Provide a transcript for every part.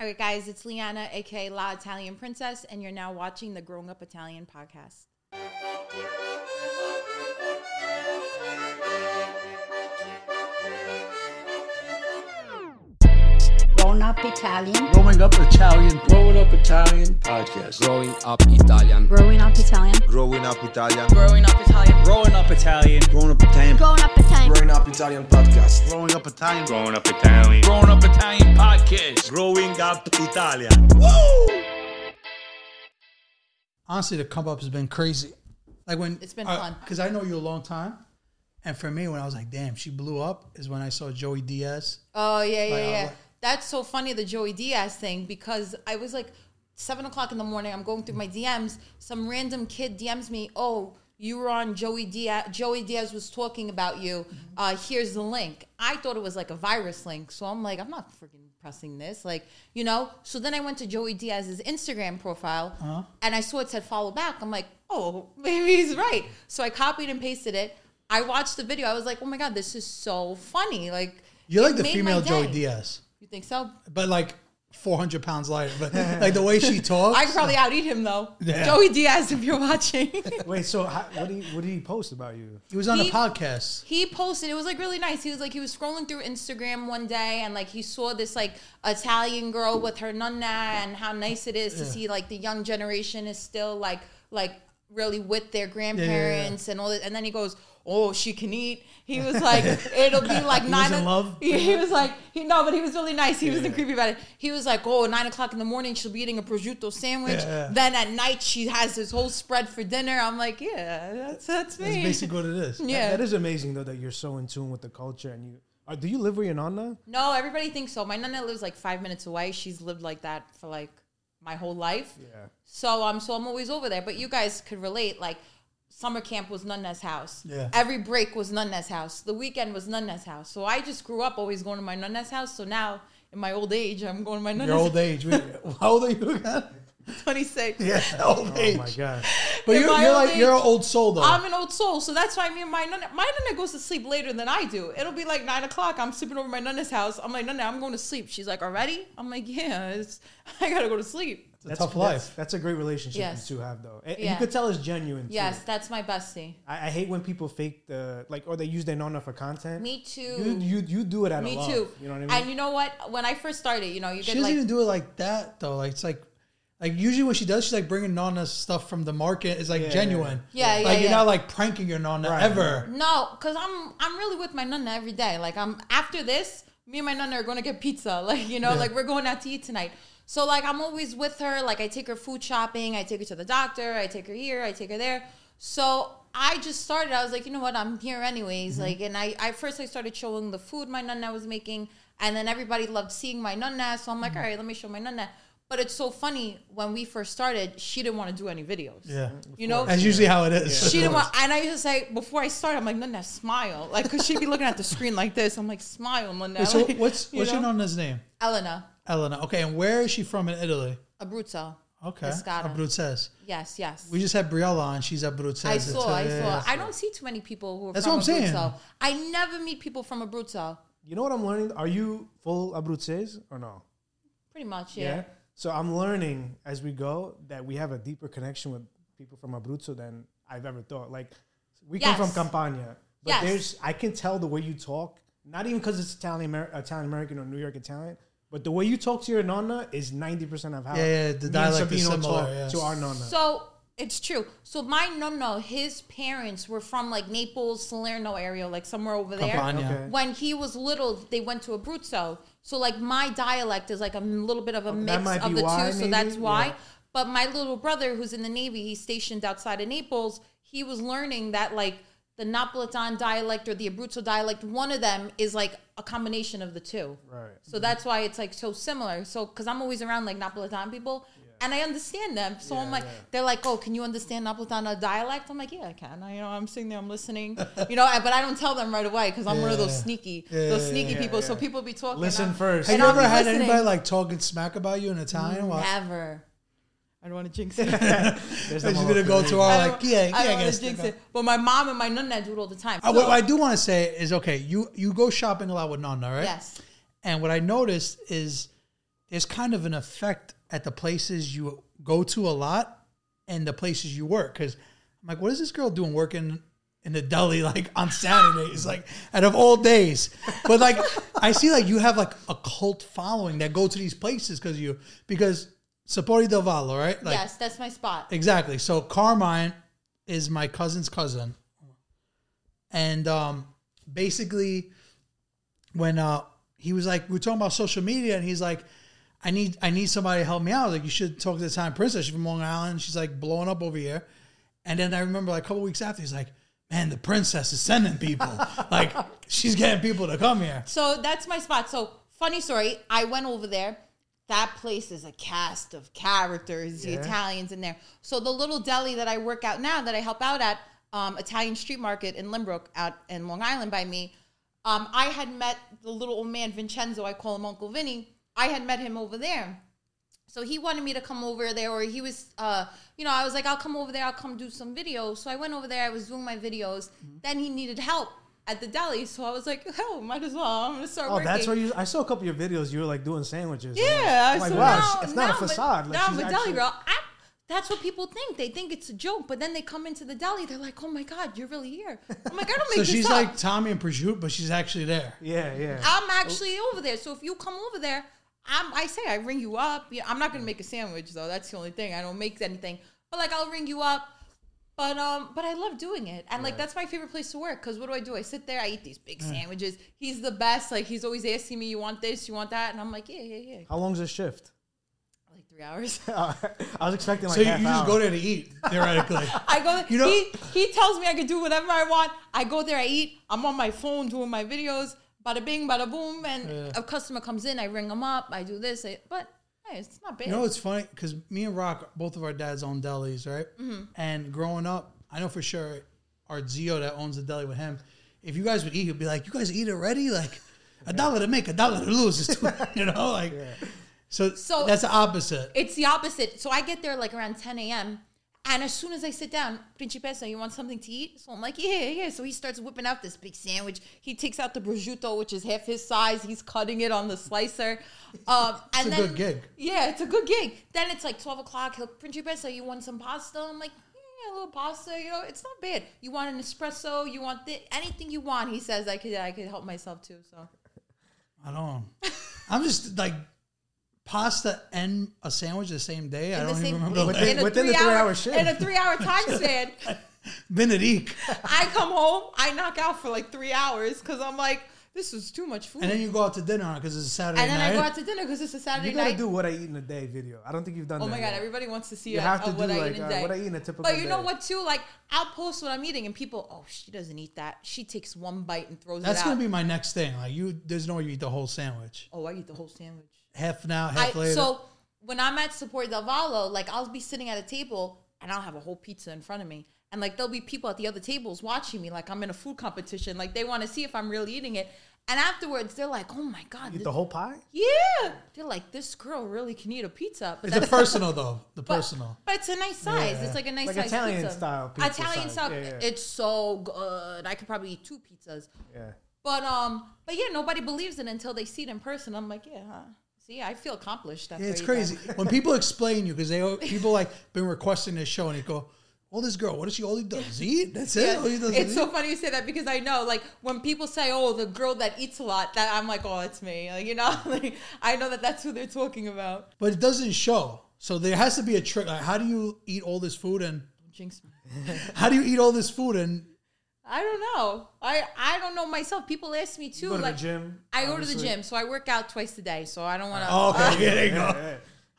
All right, guys, it's Liana, aka La Italian Princess, and you're now watching the Growing Up Italian podcast. Grown Up Italian. Growing Up Italian. Growing Up Italian podcast. Growing up Italian. Growing Up Italian. Growing Up Italian. Growing Up Italian. Growing Up Italian. Growing Up Italian. Growing Up Italian. Growing Up Italian podcast. Growing Up Italian. Growing Up Italian. Growing Up Italian podcast. Growing Up Italian. Woo! Honestly, the come up has been crazy. Like when It's been fun. because I know you a long time, and for me, when I was like, "Damn, she blew up," is when I saw Joey Diaz. Oh yeah, yeah, yeah. what- That's so funny the Joey Diaz thing because I was like seven o'clock in the morning. I'm going through my DMs. Some random kid DMs me. Oh, you were on Joey Diaz. Joey Diaz was talking about you. Uh, here's the link. I thought it was like a virus link, so I'm like, I'm not freaking pressing this, like you know. So then I went to Joey Diaz's Instagram profile Uh-huh. and I saw it said follow back. I'm like, oh, maybe he's right. So I copied and pasted it. I watched the video. I was like, oh my god, this is so funny. Like You're it like the made my female Joey day. Diaz, You think so? but like 400 pounds lighter. But like the way she talks. I could probably out eat him though. Yeah. Joey Diaz, if you're watching. Wait, so how, what did he, what did he post about you? he was on he- a podcast. he posted, it was like really nice. He was like, he was scrolling through Instagram one day and like he saw this like Italian girl with her nonna and how nice it is to see like the young generation is still like, like really with their grandparents and all that. And then he goes, Oh, she can eat. He was like, it'll be like nine. in o- love? He, he was like, he no, but he was really nice. He wasn't creepy about it. He was like, oh, nine o'clock in the morning, she'll be eating a prosciutto sandwich. Then at night, she has this whole spread for dinner. I'm like, yeah, that's that's That's me. basically what it is. yeah. That is amazing though that you're so in tune with the culture and you. Are, do you live where your nonna? No, everybody thinks so. My nana lives like five minutes away. She's lived like that for like my whole life. Yeah. So um, so I'm always over there. But you guys could relate. Like summer camp was Nunna's house. Yeah. Every break was Nunna's house. The weekend was Nunna's house. So I just grew up always going to my Nunna's house. So now in my old age, I'm going to my Nunna's Your old age. We- How old are you again? 26. Yeah, old Oh age. my god. But In you're, my you're old like age- you're an old soul though. I'm an old soul, so that's why I mean my nana. My nana goes to sleep later than I do. It'll be like nine o'clock. I'm sleeping over my nana's house. I'm like, nana, I'm going to sleep. She's like, already? I'm like, yeah, it's, I gotta go to sleep. it's a tough life. That's, that's a great relationship Yes. you two have though. And- and Yeah. You could tell it's genuine. too. Yes, that's my bestie. I, I hate when people fake the like or they use their nonna for content. Me too. You you, you do it out Me of love. too. You know what I mean? And you know what? When I first started, you know, you She get doesn't like even do it like that though. Like it's like, like usually when she does, she's like bringing Nana stuff from the market. It's like Yeah, genuine. Yeah, yeah, Like you're yeah. not like pranking your Nana Right. ever. no, cause I'm I'm really with my nana every day. Like I'm after this, me and my nana are gonna get pizza. Like you know, like we're going out to eat tonight. So like I'm always with her. Like I take her food shopping. I take her to the doctor. I take her here. I take her there. So I just started. I was like, you know what? I'm here anyways. Like, and I, I first I started showing the food my nana was making, and then everybody loved seeing my nana. So I'm like, all right, let me show my nana. But it's so funny when we first started, she didn't want to do any videos. Yeah. you know, That's usually how it is. she didn't want, and I used to say before I started, I'm like, Nana, smile, like, cause she'd be looking at the screen like this. I'm like, smile, Nana. so like, what's you what's your know? Nana's name? Elena Elena. Okay, and where is she from in Italy? Abruzzo. Okay, Pescara. Abruzzes. Yes, yes. We just had Briella on. She's Abruzzes. I It's, saw, uh, I yeah, saw. yeah. I don't see too many people who are That's from what I'm saying. Abruzzo. I never meet people from Abruzzo. You know what I'm learning? Are you full Abruzzes or no? Pretty much, Yeah. yeah. So I'm learning as we go that we have a deeper connection with people from Abruzzo than I've ever thought. Like we come Yes. from Campania, but Yes. there's I can tell the way you talk. Not even because it's Italian Amer- Italian American or New York Italian, but the way you talk to your nonna is ninety percent of how Yeah, yeah, the me and dialect is Sabino similar, talk yeah. to our nonna. So it's true. So my nonno, his parents were from like Naples, Salerno area, like somewhere over there. Campania. Okay. When he was little, they went to Abruzzo. So like my dialect is like a m- little bit of a mix might of be the why, two. So maybe? that's why. Yeah. But my little brother, who's in the Navy, he's stationed outside of Naples. He was learning that like the Napolitan dialect or the Abruzzo dialect, one of them is like a combination of the two. right. So that's why it's like so similar. So because I'm always around like Napolitan people, and I understand them. So I'm like, they're like, oh, can you understand Napolitano dialect? I'm like, yeah, I can. I, you know, I'm sitting there, I'm listening. you know, I- but I don't tell them right away because I'm one of those Yeah. sneaky, Yeah, those yeah, sneaky yeah, people. So yeah. people be talking. Listen I'm- first. Have and you I'll be ever had listening. Mm, anybody like talking smack about you in Italian? Well, Never. I don't want to jinx it. There's she's no gonna go to I our don't- like yeah, yeah. Oh, I don't I want guess to jinx it. But my mom and my nonna do it all the time. I, what So- I do want to say is okay. You you go shopping a lot with Nana, right? yes. And what I noticed is there's kind of an effect at the places you go to a lot and the places you work. Because I'm like, what is this girl doing working in the deli like on Saturdays, like out of all days? But like, I see like you have like a cult following that go to these places because you because Sapori del Vallo, right? Like, yes, that's my spot. Exactly. So Carmine is my cousin's cousin, and um, basically, when uh, he was like, we were talking about social media, and he's like, I need I need somebody to help me out. I was like, you should talk to the time princess. She's from Long Island. She's like blowing up over here. And then I remember like a couple weeks after, he's like, man, the princess is sending people. like she's getting people to come here. So that's my spot. So funny story, I went over there. That place is a cast of characters, the Italians in there. So the little deli that I work out now, that I help out at, um, Italian Street Market in Limbrook, out in Long Island by me, um, I had met the little old man Vincenzo. I call him Uncle Vinny. I had met him over there. So he wanted me to come over there, or he was, uh, you know, I was like, I'll come over there, I'll come do some videos. So I went over there, I was doing my videos. Mm-hmm. Then he needed help at the deli, so I was like, oh, might as well, I'm gonna start Oh, working. that's where you. I saw a couple of your videos. You were like doing sandwiches. Yeah, I'm like, so wow, now, she- it's not a now I'm facade. A, Like, now she's I'm a deli actually- girl. I, that's what people think. They think it's a joke, but then they come into the deli, they're like, "Oh my god, you're really here!" I'm like, "I don't make So this she's up. like Tommy and Prosciutto, but she's actually there. Yeah, yeah. I'm actually over there. So if you come over there, I'm, I say I ring you up. Yeah, I'm not gonna make a sandwich though. That's the only thing. I don't make anything. But like I'll ring you up. But um, but I love doing it, and like that's my favorite place to work. Cause what do I do? I sit there, I eat these big sandwiches. He's the best. Like he's always asking me, "You want this? You want that?" And I'm like, "Yeah, yeah, yeah." How long's the shift? Like three hours. I was expecting like So you, half you just hour. go there to eat theoretically. I go. You know- he he tells me I can do whatever I want. I go there. I eat. I'm on my phone doing my videos. Bada bing, bada boom. And a customer comes in. I ring them up. I do this. I, but hey, it's not bad. You know, it's funny because me and Rock, both of our dads own delis, right? Mm-hmm. And growing up, I know for sure our Zio that owns the deli with him, if you guys would eat, he'd be like, "You guys eat already? Like a dollar to make, a dollar to lose is too, you know, like." So, So- that's the opposite. It's the opposite. So I get there like around 10 a.m. And as soon as I sit down, Principessa, you want something to eat? So I'm like, yeah, yeah. So he starts whipping out this big sandwich. He takes out the prosciutto, which is half his size. He's cutting it on the slicer. Um, and a then, good gig. Yeah, it's a good gig. Then it's like 12 o'clock. He'll, Principessa, you want some pasta? I'm like, yeah, a little pasta. You know, it's not bad. You want an espresso? You want thi- anything you want? He says I could, I could help myself too. So I don't. I'm just like pasta and a sandwich the same day. I In don't even remember. in- Like, in a within the three-hour- three-hour shift. in a three-hour time span. Benedict. I come home, I knock out for like three hours because I'm like, this is too much food. and then you go out to dinner because it's a Saturday And then night. I go out to dinner because it's a Saturday You gotta night. do what I eat in a day video. I don't think you've done. oh that my god, yet. everybody wants to see You a- have to a what do, I like, eat in uh, a day. what I eat in a typical But you know day. what too? Like I'll post what I'm eating, and people, oh, she doesn't eat that. She takes one bite and throws That's it out. gonna be my next thing. Like you, there's no way you eat the whole sandwich. oh, I eat the whole sandwich. Half now, I, half later. so when I'm at Support Del Vallo, like I'll be sitting at a table and I'll have a whole pizza in front of me. And like there'll be people at the other tables watching me, like I'm in a food competition. Like they want to see if I'm really eating it. And afterwards, they're like, "Oh my god, Eat this- the whole pie? Yeah. They're like, this girl really can eat a pizza. But It's the that's personal though. The but- personal. But it's a nice size. It's like a nice Like size Italian pizza. style pizza Italian size. style. Yeah, yeah. It's so good. I could probably eat two pizzas. Yeah. But um, but yeah, nobody believes it until they see it in person. I'm like, yeah, huh? See, I feel accomplished. After Yeah, it's I eat crazy that. when people explain you because they people like been requesting this show and they go, "Well, this girl, what does she all eat? Does eat? That's it. All she does is It's so eat?" funny you say that because I know, like, when people say, "Oh, the girl that eats a lot," that I'm like, "Oh, it's me," like, you know, like I know that that's who they're talking about. but it doesn't show. So there has to be a trick. Like, how do you eat all this food and Jinx me. how do you eat all this food and I don't know. I I don't know myself. People ask me too. Go to like, the gym. I go to the obviously. gym, so I work out twice a day. So I don't want to. oh, okay, yeah, there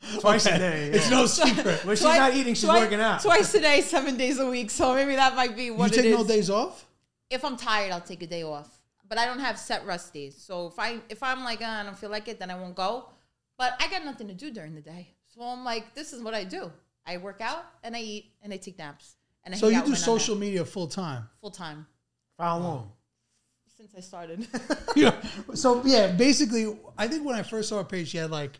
you go. Twice a day. yeah. It's no secret. When she's not eating, she's working out. Twice a day, seven days a week. So maybe that might be you what it take is. no days off. If I'm tired, I'll take a day off. But I don't have set rest days. So if I if I'm like uh, I don't feel like it, then I won't go. But I got nothing to do during the day, so I'm like, this is what I do. I work out and I eat and I take naps and I So hang you out do when I'm social out media full time. full time For how long? since I started. yeah. So yeah, basically, I think when I first saw her page, she had like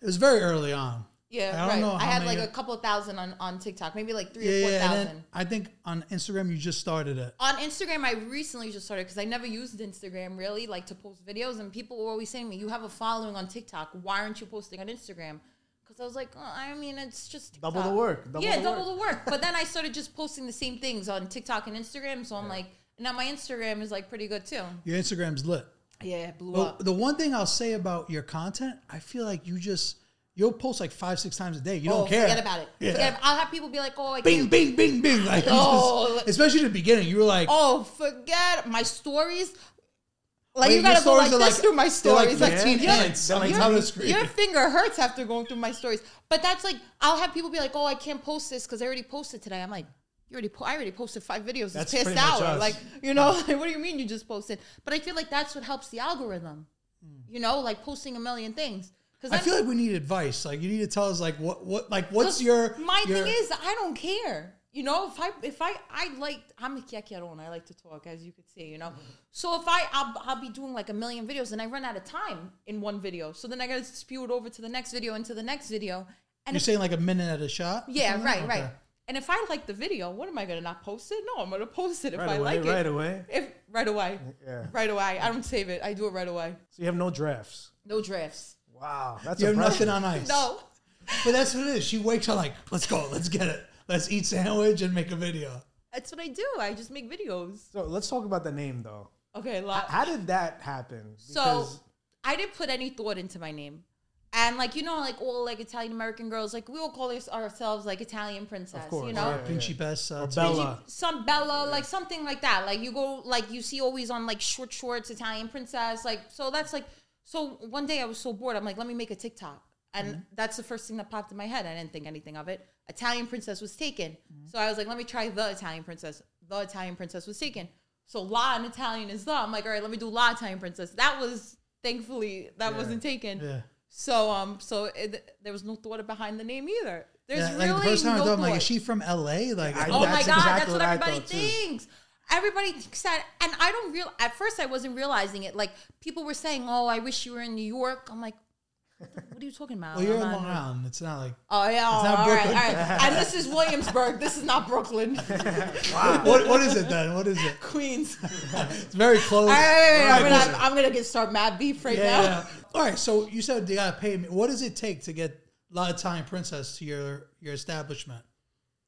it was very early on. Yeah, I don't right. know I how had like many- a couple thousand on, on TikTok, maybe like three Yeah, or four yeah. And thousand. then I think on Instagram you just started it. on Instagram, I recently just started because I never used Instagram really, like to post videos. And people were always saying to me, "You have a following on TikTok. Why aren't you posting on Instagram?" Because I was like, oh, I mean, it's just TikTok. Double the work, double yeah, the double the work. But then I started just posting the same things on TikTok and Instagram. So I'm like, now my Instagram is like pretty good too. Your Instagram's lit. Yeah, it blew But up. the one thing I'll say about your content, I feel like you just you'll post like five, six times a day. You oh, don't care. Forget about it. Yeah. Forget ab- I'll have people be like, "Oh, I Bing, can't bing, bing, bing. Like, you Oh. just- especially the beginning, you were like, Oh, forget my stories. Like Wait, you your gotta go like stories this are like- through my they're like stories. Like, 15 your- minutes on your, the other screen. your finger hurts after going through my stories. But that's like I'll have people be like, "Oh, I can't post this because I already posted today." I'm like, "You already? Po- I already posted five videos That's this past pretty much hour. us. Like, you know, like, what do you mean you just posted?" But I feel like that's what helps the algorithm. You know, like posting a million things. Because Hmm. I feel like we need advice. Like you need to tell us like what what like what's Cause your my your- thing is I don't care. You know, if I if I I like I'm a chiacchierone. I like to talk, as you could see. You know, so if I I'll, I'll be doing like a million videos and I run out of time in one video, so then I gotta spew it over to the next video and to the next video. And you're if, saying like a minute at a shot? yeah, Something like right, that? right. Okay. And if I like the video, what am I gonna not post it? No, I'm gonna post it if Right I away, like it right away. If right away, Yeah. right away. I don't save it. I do it right away. So you have no drafts. No drafts. Wow, that's You have impressive. nothing on ice. No. But that's what it is. She wakes up like, let's go, let's get it. Let's eat sandwich and make a video. That's what I do. I just make videos. So let's talk about the name though. Okay, lot. How did that happen? So Because- I didn't put any thought into my name. And like you know, like all like Italian American girls, like we all call us- ourselves like Italian princess, course, you know, yeah. Principess. Uh, Bella. some Bella, like something like that. Like you go, like you see always on like short shorts, Italian princess, like so that's like. So one day I was so bored, I'm like, let me make a TikTok, and Mm-hmm. that's the first thing that popped in my head. I didn't think anything of it. Italian princess was taken, Mm-hmm. so I was like, let me try the Italian princess. The Italian princess was taken, so La in Italian is the. I'm like, all right, let me do La Italian princess. That was thankfully that wasn't taken. Yeah. So um, so it, there was no thought behind the name either. There's Yeah, really like the first time no I thought, I'm like, thought. is she from LA? Like, I- Oh my That's god, exactly that's what what I everybody thought, too. thinks. Everybody thinks that, and I don't real. At first, I wasn't realizing it. Like people were saying, "Oh, I wish you were in New York." I'm like, "What are you talking about?" well, Oh, you're in I'm not- Long Island. It's not like Oh yeah, all not right, all right. Brooklyn. And this is Williamsburg. This is not Brooklyn, what, what is it then? What is it? Queens. All It's very close. right, wait, wait, wait, Right, I'm, listen. gonna, I'm gonna get start mad beef right yeah, now. yeah. All right. So you said they gotta pay me. What does it take to get La Italian Princess to your your establishment?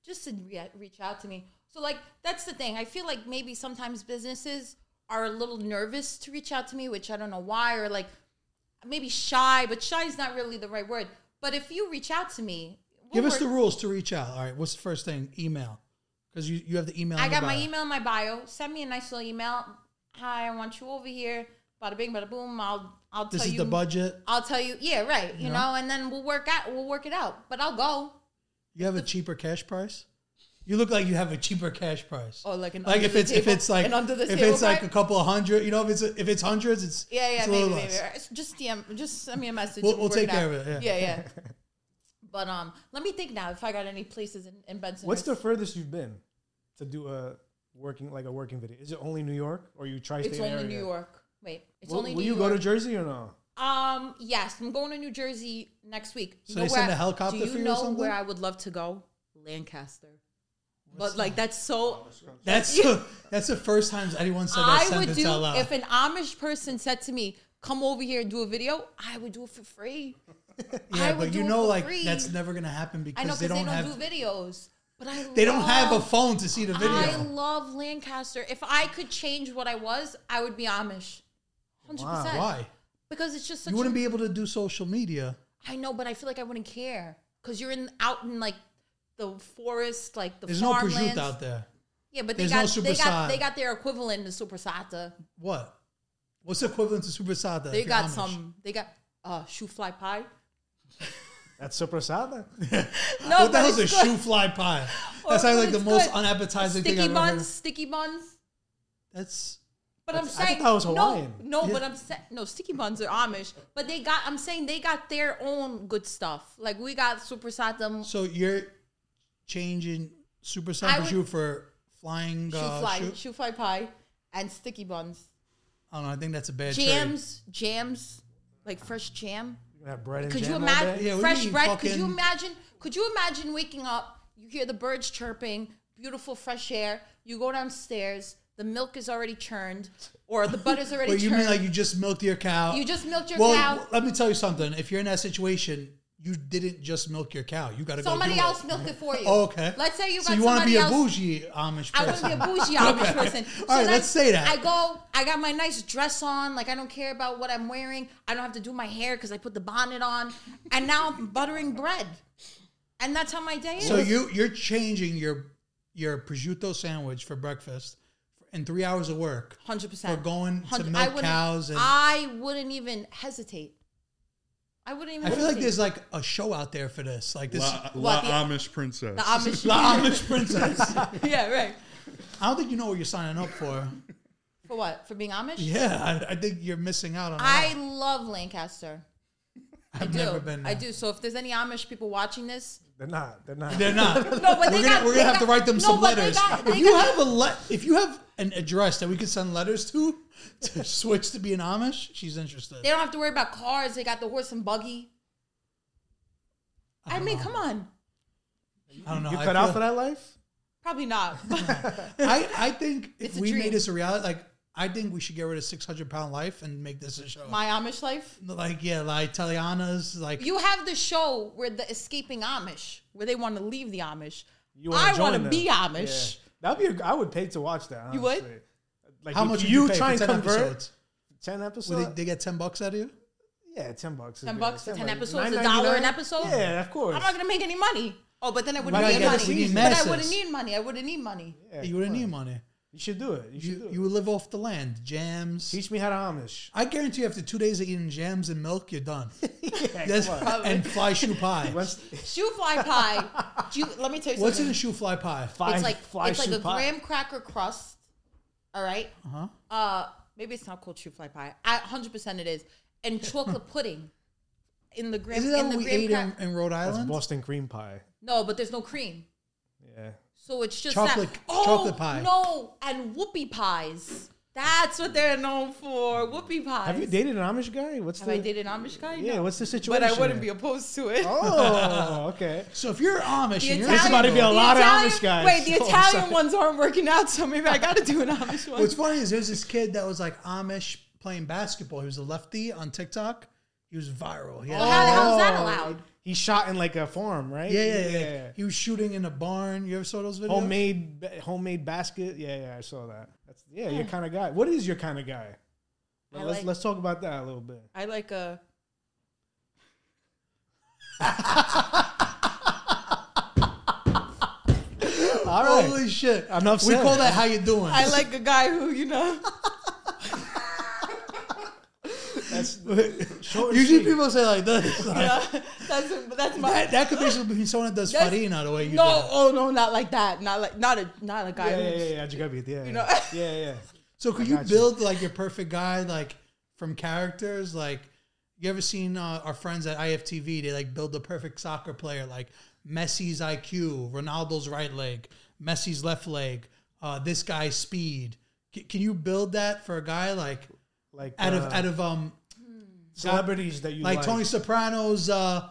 just to re- reach out to me. So like that's the thing. I feel like maybe sometimes businesses are a little nervous to reach out to me, which I don't know why, or like maybe shy. But shy is not really the right word. But if you reach out to me, we'll Give us the work- rules to reach out. All right. What's the first thing? Email, because you, you have the email. I in your got my bio. email in my bio. Send me a nice little email. Hi, I want you over here. Bada bing, bada boom. I'll I'll This tell is you the budget. I'll tell you. Yeah, right. You know, and then we'll work out. We'll work it out. But I'll go. You have a cheaper cash price. You look like you have a cheaper cash price. Oh, like an like under if the it's if table- it's like an under the if table it's like a price? couple of hundred. You know, if it's if it's hundreds, it's Yeah, yeah, it's a maybe, little maybe. less. Or Just DM, just send me a message. We'll- and we'll work take care out. of it, Yeah, yeah. but um, let me think now if I got any places in, in Benson. what's the furthest you've been to do a working like a working video? Is it only New York or you try? It's only New York. Wait, it's Will, only will New you York. go to Jersey or no? Um, yes, I'm going to New Jersey next week. You So know they where send I- a helicopter Do you for you or know something? where I would love to go? Lancaster. but like Oh, that's so. That's the, that's the first time anyone said that I would sentence do out loud. if an Amish person said to me, "Come over here and do a video," I would do it for free. yeah, I would but do you it know, for like free. that's never gonna happen I know because because they don't have do videos, but I they don't have a love- phone to see the video. I love Lancaster. If I could change what I was, I would be Amish. 100%. Why? Because it's just such You wouldn't a, be able to do social media. I know, but I feel like I wouldn't care cuz you're in out in like the forest, like the There's no prosciutto farmlands. out there. Yeah, but they got There's no they supersata. got they got their equivalent to supersata. What? What's the equivalent to super sada? if They you're got Amish? some they got uh shoe fly pie. That's Soprasada. No, What the but hell's a it's shoe good. fly pie? Or- That but sounds like the it's most good. unappetizing sticky thing I've ever heard. buns, sticky buns. That's But I'm That's- I saying thought that was Hawaiian. No, no, Yeah. but I'm saying no. Sticky buns are Amish, but they got. I'm saying they got their own good stuff. Like we got super satam. so you're changing super I sada would- shoe for flying. shoe uh, fly, shoe- shoe fly pie, and sticky buns, I don't know. I think that's a bad trade. jams, jams, like fresh jam. You gonna have bread and Could you jam all day. imagine Yeah, we fresh eat bread? Could you fucking- imagine? Could you imagine waking up? You hear the birds chirping, beautiful fresh air. You go downstairs. The milk is already churned, or the butter's already But you churned. mean like you just milked your cow? You just milked your well, cow. w- let me tell you something. If you're in that situation, you didn't just milk your cow. You got to somebody go do else It. milked it for you. Oh, okay. Let's say you got so you wanna somebody be a else. bougie Amish I want to person. be a bougie Amish Okay. person. All right, let's say that. I go, I got my nice dress on. Like, I don't care about what I'm wearing. I don't have to do my hair because I put the bonnet on. And now I'm buttering bread. And that's how my day is. so you you're changing your your prosciutto sandwich for breakfast in three hours of work. 100%. for going to 100 milk I wouldn't- cows and- I wouldn't even hesitate. I wouldn't even I feel like hesitate. there's like a show out there for this. Like this, La, La What, the- Amish Princess. the Amish. La Amish princess. yeah, right. I don't think you know what you're signing up for. For what? For being Amish? Yeah, I, I think you're missing out on. a I lot. love Lancaster. I've do. never been. There. I do. So if there's any Amish people watching this, They're not. They're not. They're not. No, but we're they gonna, got- we're they gonna have to got- write them no, some but they letters. got- if they you got- have a le- if you have an address that we could send letters to to switch to be an Amish, she's interested. They don't have to worry about cars. They got the horse and buggy. I, mean, come on. I don't know. You I cut out feel- for that life? Probably not. I, I think if It's a we dream. made this a reality, like I think we should get rid of six hundred pound life and make this a show. My Amish life. like yeah, La Italianas, like You have the show where the escaping Amish, where they want to leave the Amish. You I join want to them. be Amish. That'd be. A, I would pay to watch that. Honestly. You would? Like how if much would you, pay try for and 10 convert episodes? ten Would episodes? they, they get ten bucks out of you? yeah, ten bucks. is 10 good. bucks for 10 like episodes, a dollar an $9.99? episode? Yeah, of course. I'm not going to make any money. Oh, but then I wouldn't Right, need yeah, money. this is easy. But I Masses. wouldn't need money. I wouldn't need money. Yeah, you wouldn't come need on. money. You should do it. You should You do you it. would live off the land, jams. Teach me how to Amish. I guarantee you, after two days of eating jams and milk, you're done. Yeah, That's- come on. and fly shoe pie. Once- Shoe fly pie. Do you, let me tell you something. What's in a shoe fly pie? Fly- it's like fly it's like shoe a pie. graham cracker crust. All right. Uh-huh. maybe it's not called true fly pie. I hundred percent it is. And chocolate pudding in the graham Isn't in that what the we graham ate in, cracker. in Rhode That's Island? Boston cream pie. No, but there's no cream. Yeah. So it's just Chocolate- that. Oh, chocolate pie. No, and whoopie pies. That's what they're known for. Whoopie pies. Have you dated an Amish guy? What's Have the I dated an Amish guy? Yeah, No. what's the situation? But I wouldn't be opposed to it. Oh, okay. So if you're Amish The and you're Italian- about to be a the lot of Italian- Amish guys. Wait, the Oh, Italian sorry. ones aren't working out, so maybe I got to do an Amish one. What's funny is there's this kid that was like Amish playing basketball. He was a lefty on TikTok. He was viral. He had- Well, how the hell is that Oh, allowed? He shot in like a farm, right? yeah, yeah, yeah, He was shooting in a barn. You ever saw those videos? Homemade, ba- homemade basket. Yeah, yeah, I saw that. That's yeah, your kind of guy. What is your kind of guy? I let's like- let's talk about that a little bit. I like a. All right. Holy shit! Enough We said. call that how you doing. I like a guy who you know. Short and Usually sweet. people say like this. Like, uh, that's that's my. that, that could basically be someone that does That's- farina the way you no, do. it. oh no, not like that. Not like not a not a guy. Yeah, who- yeah, yeah, yeah. You gotta be yeah, know- yeah, yeah, yeah. So could I you got you. build like your perfect guy like from characters like you ever seen uh, our friends at IFTV they like build the perfect soccer player like Messi's IQ, Ronaldo's right leg, Messi's left leg, uh, this guy's speed. C- can you build that for a guy like Like out of uh, out of um celebrities that you like, like, Tony Soprano's uh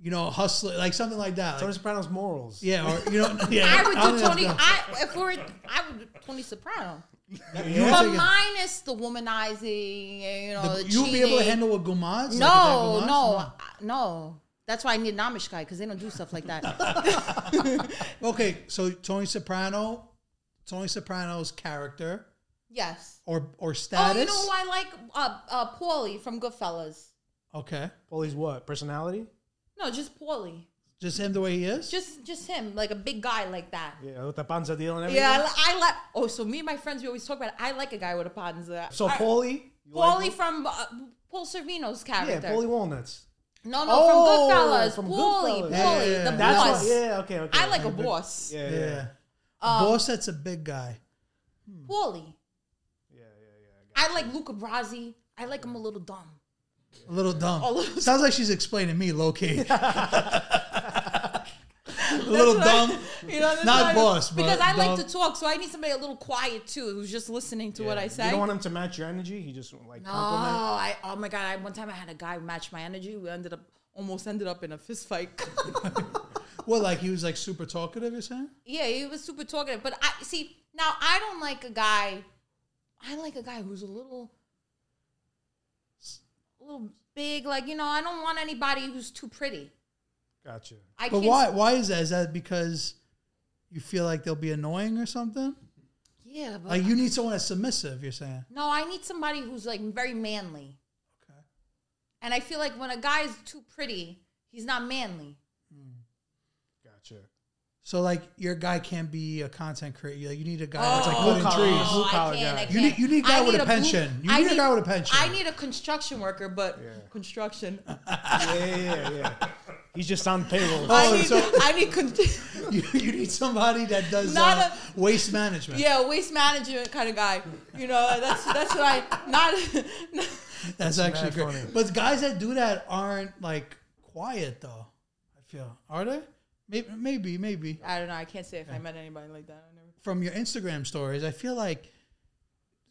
you know hustler like something like that. Like, Tony Soprano's morals. yeah, or you know yeah. I would don't do know if Tony. that- I if we're I would do Tony Soprano, you would but take it- minus the womanizing. and, You know, the- the you would be able to cheating. handle a Gumas? No, no, I- no. That's why I need an Amish guy because they don't do stuff like that. Okay, so Tony Soprano, Tony Soprano's character yes. or Oh, or you status. know who I like? Uh, uh, Paulie from Goodfellas. Okay, Paulie's what personality? No, just Paulie. just him the way he is. Just just him, like a big guy like that. Yeah, with the panza deal and everything. Yeah, I, li- I like. Oh, so me and my friends, we always talk about. It. I like a guy with a panza. So I- Paulie, you like Paulie him? from uh, Paul Servino's character. yeah, Paulie Walnuts. No, no, Oh, from from Goodfellas. Paulie, Goodfellas. Paulie, Yeah, yeah, the yeah. That's boss. what, yeah, okay, okay. I like a okay. boss. Yeah, yeah, yeah, yeah. A Um, boss that's a big guy. Paulie. I like Luca Brasi. I like him a little dumb. A little dumb. A little- Sounds like she's explaining me low key. a little dumb, You know, that's why- Not boss, but because I like the- to talk, so I need somebody a little quiet too, who's just listening to what I say. You don't want him to match your energy. He just like Oh, compliment. I oh my god! I, one time I had a guy match my energy. We ended up almost ended up in a fist fight. Well, like he was like super talkative. You're saying? yeah, he was super talkative. But I see now I don't like a guy. I like a guy who's a little, a little big. Like you know, I don't want anybody who's too pretty. Gotcha. I But can't, why? Why is that? Is that because you feel like they'll be annoying or something? Yeah, but Like you need someone that's submissive. You're saying? no, I need somebody who's like very manly. Okay. And I feel like when a guy is too pretty, he's not manly. Gotcha. So like your guy can't be a content creator. Like, You need a guy that's Oh, like cutting collar. trees. Blue collar I can't, guy. I You can't. need- Oh, you need a guy I with a blue- pension. You I need a guy with a pension. I need a construction worker, but construction. Yeah, yeah, yeah, yeah. He's just on payroll. I Oh, need, so- I need con- You, you need somebody that does Not uh, waste management. yeah, waste management kind of guy. You know, that's that's what I not. that's actually great. funny. But guys that do that aren't like quiet though. I feel are they? Maybe, maybe, maybe. I don't know. I can't say if I met anybody like that. I never. From your Instagram stories, I feel like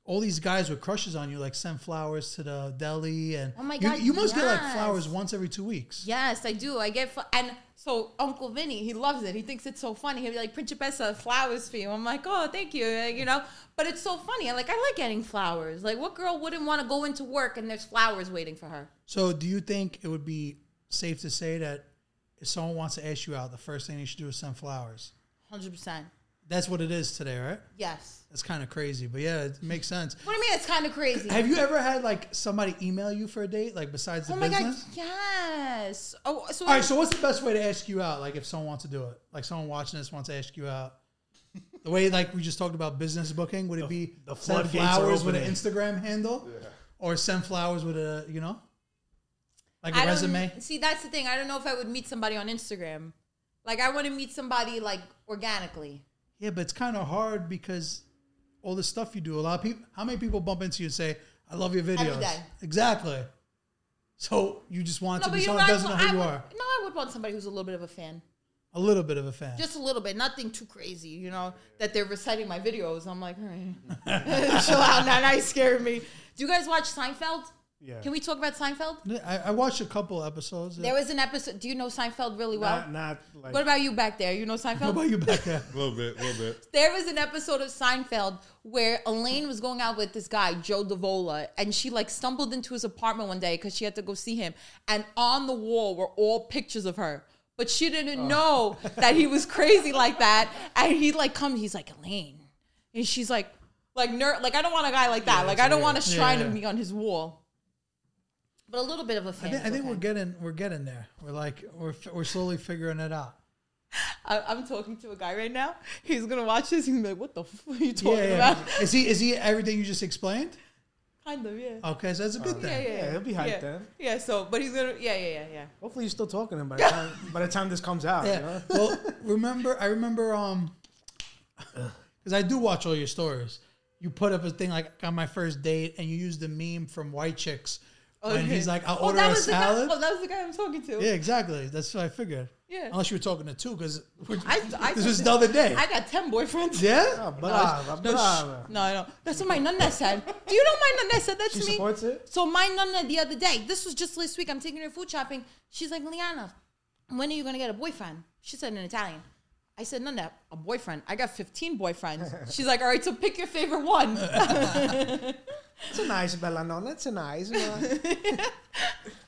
all these guys with crushes on you like send flowers to the deli and Oh my you- God, you, must get like yes. flowers once every two weeks. Yes, I do. I get fl- and so Uncle Vinny, he loves it. He thinks it's so funny. He'll be like, "Principessa, flowers for you." I'm like, "Oh, thank you," like, you know. But it's so funny. I like I like getting flowers. Like, what girl wouldn't want to go into work and there's flowers waiting for her? So, do you think it would be safe to say that if someone wants to ask you out, the first thing they should do is send flowers? Hundred percent. That's what it is today, right? Yes. That's kind of crazy, but yeah, it makes sense. What do you mean? It's kind of crazy. Have you ever had like somebody email you for a date, like besides the oh my business? god! Yes. Oh, so All right, so what's the best way to ask you out? Like, if someone wants to do it, like someone watching this wants to ask you out, the way like we just talked about business booking, would it be the send floodgates are flowers with an opening. Instagram handle, or send flowers with a you know, like a I don't- resume? See, that's the thing. I don't know if I would meet somebody on Instagram. Like, I want to meet somebody like organically. Yeah, but it's kind of hard because all the stuff you do. A lot of people. How many people bump into you and say, "I love your videos"? day. Exactly. So you just want to be someone right. that doesn't know I who you would, are. No, I would want somebody who's a little bit of a fan. A little bit of a fan. just a little bit, nothing too crazy, you know, that they're reciting my videos. I'm like, all right. chill out, now now you scared me. Do you guys watch Seinfeld? Yeah. Can we talk about Seinfeld? I, I watched a couple episodes. There was an episode. Do you know Seinfeld really well? not, not like What about you back there? You know How Seinfeld? about you back there? A little bit, a little bit. there was an episode of Seinfeld where Elaine was going out with this guy, Joe Davola, and she like stumbled into his apartment one day because she had to go see him. And on the wall were all pictures of her. But she Oh. didn't know that he was crazy like that. And he like comes, he's like, Elaine. And she's like, like nerd, like I don't want a guy like that. like I don't want a shrine Yeah. of me on his wall. But a little bit of a I fan. think, I is think okay. we're getting we're getting there. We're like we're f- we're slowly figuring it out. I, I'm talking to a guy right now. He's gonna watch this. He's gonna be like, "What the f- are you talking about?" Is he is he everything you just explained? Kind of, yeah. Okay, so that's a good thing. Oh, yeah, yeah, Yeah, he'll be hyped yeah. then. Yeah, so but he's gonna yeah, yeah, yeah, yeah. Hopefully, you're still talking to him by the time by the time this comes out. You Yeah. know? well, remember, I remember, um, because I do watch all your stories. You put up a thing like on my first date, and you used the meme from White Chicks when he's like, "I'll Oh, order that a was the salad." Guy, oh, that was the guy I'm talking to. yeah, exactly. That's what I figured. Yeah. Unless you were talking to two, because I, I, this was the other day. I got ten boyfriends. yeah. Brava, brava. Oh, No, I don't. That's what my nonna said. Do you know my nonna said that She to me? supports it? So my nonna the other day, this was just last week. I'm taking her food shopping. She's like, Liana, when are you gonna get a boyfriend? She said in Italian. I said, Nonna, a boyfriend. I got 15 boyfriends. She's like, all right, so pick your favorite one. It's a nice bella nonna. It's a nice. one.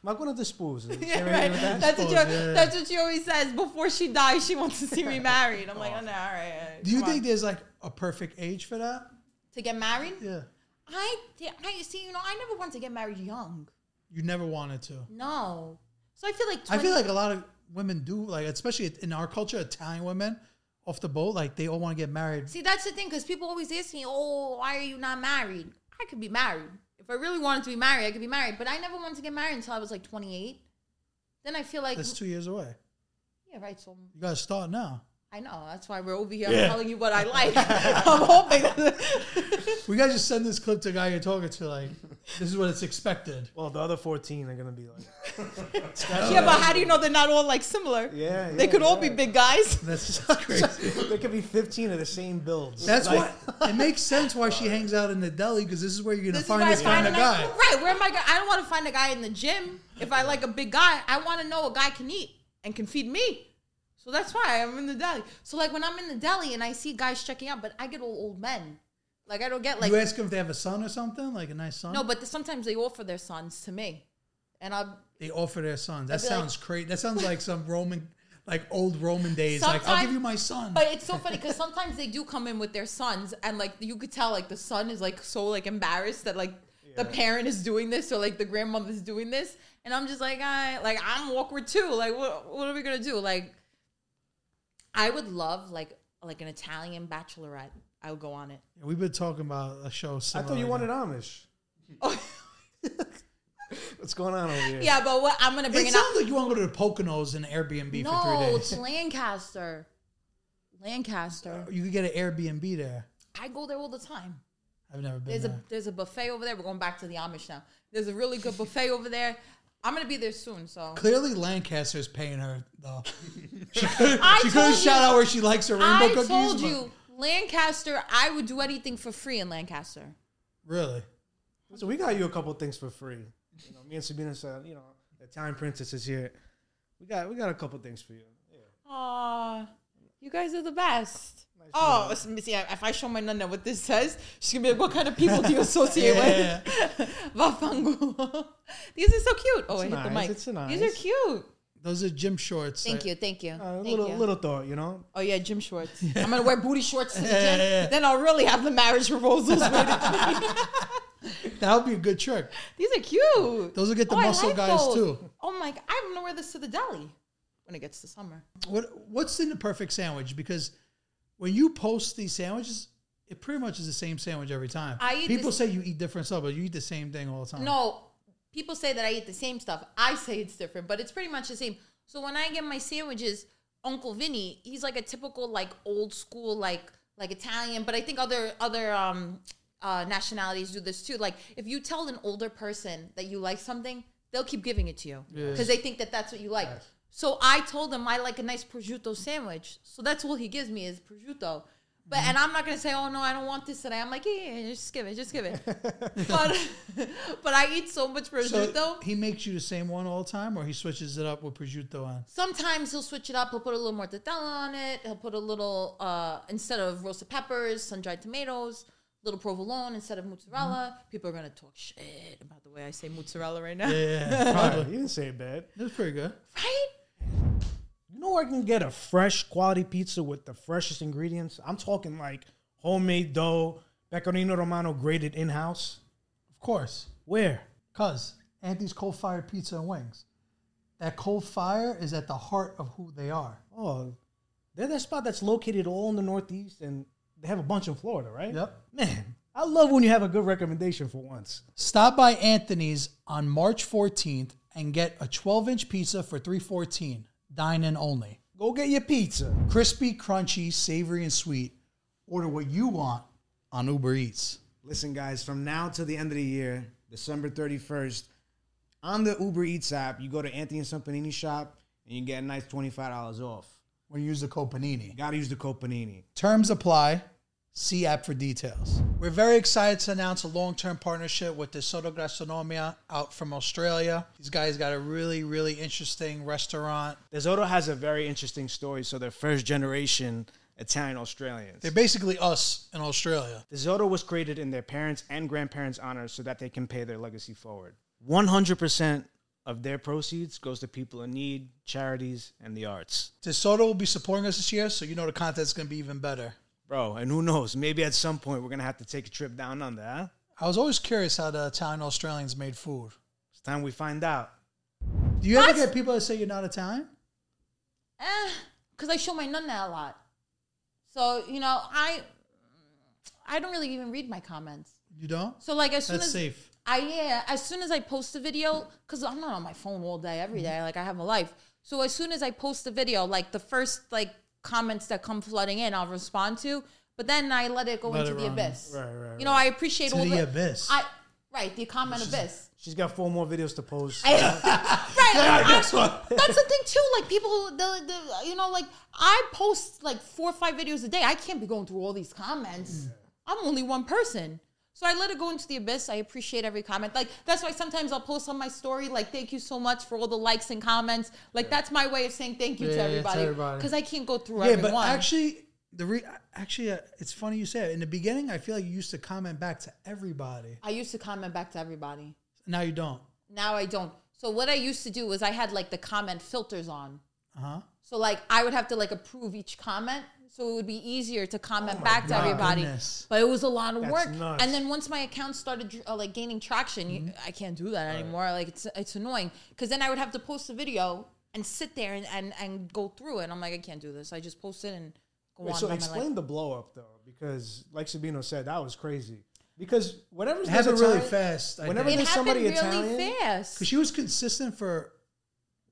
Ma quello ti sposi. Yeah, right. That's Oh, what, she, that's what she always says. Before she dies, she wants to see me married. I'm like, oh, no, all right. all right, Do you come on." think there's like a perfect age for that? to get married? Yeah. I, thi- I see. You know, I never wanted to get married young. You never wanted to. No. So I feel like 20, I feel like a lot of women do, like especially in our culture, Italian women off the boat, like they all want to get married. See, that's the thing because people always ask me, "Oh, why are you not married?" I could be married if I really wanted to be married. I could be married, but I never wanted to get married until I was like 28. Then I feel like, That's two years away. yeah, right. So You gotta start now. I know. That's why we're over here I'm telling you what I like. I'm hoping. We guys just send this clip to the guy you're talking to. Like, this is what it's expected. Well, the other 14 are going to be like, yeah, but how do you know they're not all like similar? Yeah, They yeah, could all yeah. be big guys. That's that's crazy. there could be 15 of the same builds. That's Like, why it makes sense why she hangs out in the deli because this is where you're gonna This is find where I this kind of a nice- guy. Right. Where am I? go- I don't want to find a guy in the gym. If I like a big guy, I want to know a guy can eat and can feed me. So that's why I'm in the deli. So like when I'm in the deli and I see guys checking out, but I get all old men. Like I don't get like you ask them if they have a son or something, like a nice son. no, but sometimes they offer their sons to me, and I'm they offer their sons. That I'd be like- sounds crazy. That sounds like some Roman, like old Roman days. Like I'll Sometime- give you my son. But it's so funny because sometimes they do come in with their sons, and like you could tell, like the son is like so like embarrassed that like the parent is doing this or like the grandmother's doing this, and I'm just like, I like I'm awkward too. Like, what what are we gonna do? Like, I would love like like an Italian bachelorette. I would go on it. We've been talking about a show. I Similar thought you like wanted Amish. What's going on over here? Yeah, but what I'm gonna that. bring It it, sounds up. like you want to go to the Poconos and Airbnb for No, three it's days. Lancaster. Lancaster. You could get an Airbnb there. I go there all the time. I've never been There's Mm-hmm. there. a there's a buffet over there. We're going back to the Amish now. There's a really good buffet over there. I'm gonna be there soon, so Clearly, Lancaster's paying her though. I She could told have shout you- out where she likes her rainbow I cookies. told but- you, Lancaster. I would do anything for free in Lancaster. Really? So we got you a couple things for free. You know, me and Sabina said, you know, the Italian princess is here. We got we got a couple things for you. Aw, you guys are the best. Oh, s- see, I- if I show my nana what this says, she's gonna be like, "What kind of people do you associate Yeah. with?" Vafangu. These are so cute. Oh, I hit the nice, mic. it's These are nice. Uh, cute. Those are gym shorts. Thank that- you, thank you, A thank little you. little thought, you know. Oh yeah, gym shorts. I'm gonna wear booty shorts to the gym. Yeah, yeah, yeah. Then I'll really have the marriage proposals. ready. That would be a good trick. These are cute. Oh, Those will get the I muscle guys, those. too. Oh my! g- I'm gonna wear this to the deli when it gets to summer. What What's in the perfect sandwich? Because when you post these sandwiches, it pretty much is the same sandwich every time. I eat People this- say you eat different stuff, but you eat the same thing all the time. No, people say that I eat the same stuff. I say it's different, but it's pretty much the same. So when I get my sandwiches, Uncle Vinny, he's like a typical like old school like like Italian, but I think other other um uh nationalities do this too. Like if you tell an older person that you like something, they'll keep giving it to you because they think that that's what you like. So I told him I like a nice prosciutto sandwich. So that's all he gives me is prosciutto. But Mm-hmm. and I'm not gonna say, oh no, I don't want this today. I'm like, yeah, yeah, yeah just give it, just give it. but but I eat so much prosciutto. So he makes you the same one all the time, or he switches it up with prosciutto on. Sometimes he'll switch it up. He'll put a little mortadella on it. He'll put a little uh, instead of roasted peppers, sun dried tomatoes, little provolone instead of mozzarella. People are gonna talk shit about the way I say mozzarella right now, Mm-hmm. Yeah, You probably. didn't say it bad. That's pretty good. right? You know where I can get a fresh quality pizza with the freshest ingredients? I'm talking like homemade dough, pecorino romano grated in house. Of course. Where? Cause Anthony's coal fired pizza and wings. That coal fire is at the heart of who they are. Oh, they're that spot that's located all in the Northeast and they have a bunch in Florida, right? Yep. Man, I love when you have a good recommendation for once. Stop by Anthony's on March 14th and get a 12 inch pizza for 314 Dine in only. Go get your pizza. Crispy, crunchy, savory, and sweet. Order what you want on Uber Eats. Listen, guys, from now till the end of the year, December 31st, on the Uber Eats app, you go to Anthony and Sampanini shop and you get a nice $25 off. When you use the code Panini. You gotta use the code Panini. Terms apply. See app for details. We're very excited to announce a long term partnership with the Soto Gastronomia out from Australia. These guys got a really, really interesting restaurant. DeSoto has a very interesting story. So they're first generation Italian Australians. They're basically us in Australia. DeSoto was created in their parents' and grandparents' honor so that they can pay their legacy forward. 100% of their proceeds goes to people in need, charities, and the arts. DeSoto will be supporting us this year, so you know the content's going to be even better. Bro, and who knows? Maybe at some point we're gonna have to take a trip down under, huh? I was always curious how the Italian Australians made food. It's time we find out. Do you ever get people that say you're not Italian? because Eh, I show my nana a lot. So you know, I I don't really even read my comments. You don't? So like as soon That's as safe. I yeah, as soon as I post a video, because I'm Mm-hmm. not on my phone all day every day. Like I have a life. So as soon as I post a video, like the first like comments that come flooding in, I'll respond to. But then I let it go Let into it the run. abyss. Right, right, You know, I appreciate To all the abyss. I right the comment abyss. She's got four more videos to post. I- right. like, I- that's the thing too. Like people, the, the you know, like I post like four or five videos a day. I can't be going through all these comments. I'm only one person. So I let it go into the abyss. I appreciate every comment. Like that's why sometimes I'll post on my story, like "Thank you so much for all the likes and comments." Like that's my way of saying thank you Yeah, to yeah, to everybody everybody. because I can't go through Yeah, everyone. but actually, the re- actually, uh, it's funny you say it. In the beginning, I feel like you used to comment back to everybody. I used to comment back to everybody. Now you don't. Now I don't. So what I used to do was I had like the comment filters on. Uh Uh-huh. huh. So like I would have to like approve each comment. So it would be easier to comment Oh back to everybody. goodness. But it was a lot of That's work. nuts. Mm-hmm. And then once my account started uh, like gaining traction, you, I can't do that anymore. Like it's it's annoying because then I would have to post a video and sit there and, and, and go through it. I'm like I can't do this. I just post it and go Wait, on. so with my life. explain the blow up though, because like Sabino said, that was crazy. Because whatever's It happened really Italian- fast. I whenever think. It there's happened somebody really Italian- fast. Because she was consistent for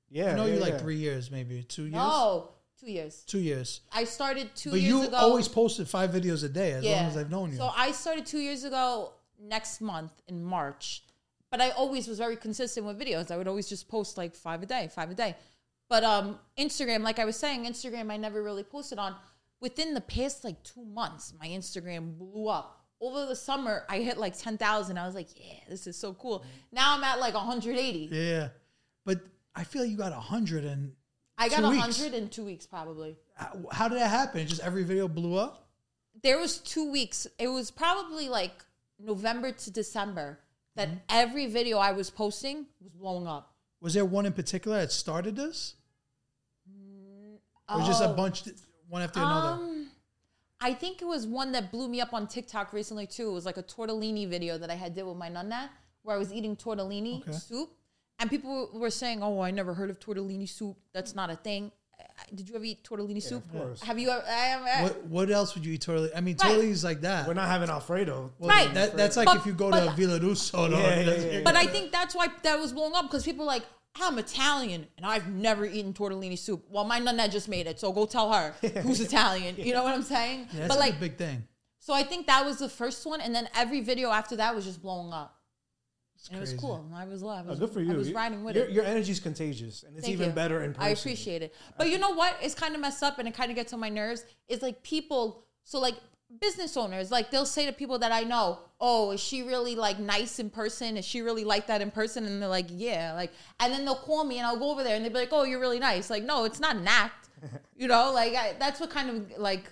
yeah, I know yeah, you like yeah. three years, maybe two years. No, two years. Two years. I started two but years you ago. always posted five videos a day as long as I've known you. So I started two years ago next month in March, but I always was very consistent with videos. I would always just post like five a day, five a day. But um, Instagram, like I was saying, Instagram I never really posted on. Within the past like two months, my Instagram blew up. Over the summer, I hit like ten thousand. I was like, "Yeah, this is so cool." Now I'm at like 180. Mm. yeah. But I feel you got a hundred and I got Two weeks. 100 in two weeks probably. how- how did that happen? Just every video blew up? there was two weeks. It was probably like November to December that Mm-hmm. every video I was posting was blowing up. Was there one in particular that started this? Or just a Oh. bunch th- one after another? Um, I think it was one that blew me up on TikTok recently too. It was like a tortellini video that I had did with my nonna, where I was eating tortellini Okay. soup, and people were saying, "Oh, I never heard of tortellini soup. That's not a thing." Uh, Did you ever eat tortellini soup? of course. Have you ever? I, I, What what else would you eat totally? I mean, Right. totally is like that. We're not having Alfredo. Well, Right. That, that's like But- if you go but- to Villa Russo. no, Yeah, yeah, that's- yeah, yeah. But I think that's why that was blowing up because people are like, I'm Italian and I've never eaten tortellini soup. Well, my nonna just made it, so go tell her who's Italian. You know what I'm saying? Yeah, that's but like like, a big thing. so I think that was the first one, and then every video after that was just blowing up. It's And it was crazy. cool. and I was love. Oh, good for you. I was You- riding with your, it. Your energy's contagious, and it's Thank even you. better in person. I appreciate it. But you know what? It's kind of messed up and it kind of gets on my nerves. It's like people, so like business owners, like they'll say to people that I know, oh, is she really like nice in person? Is she really like that in person? And they're like, yeah. Like, and then they'll call me and I'll go over there and they'll be like, oh, you're really nice. Like, no, it's not an act. You know, like I, that's what kind of like,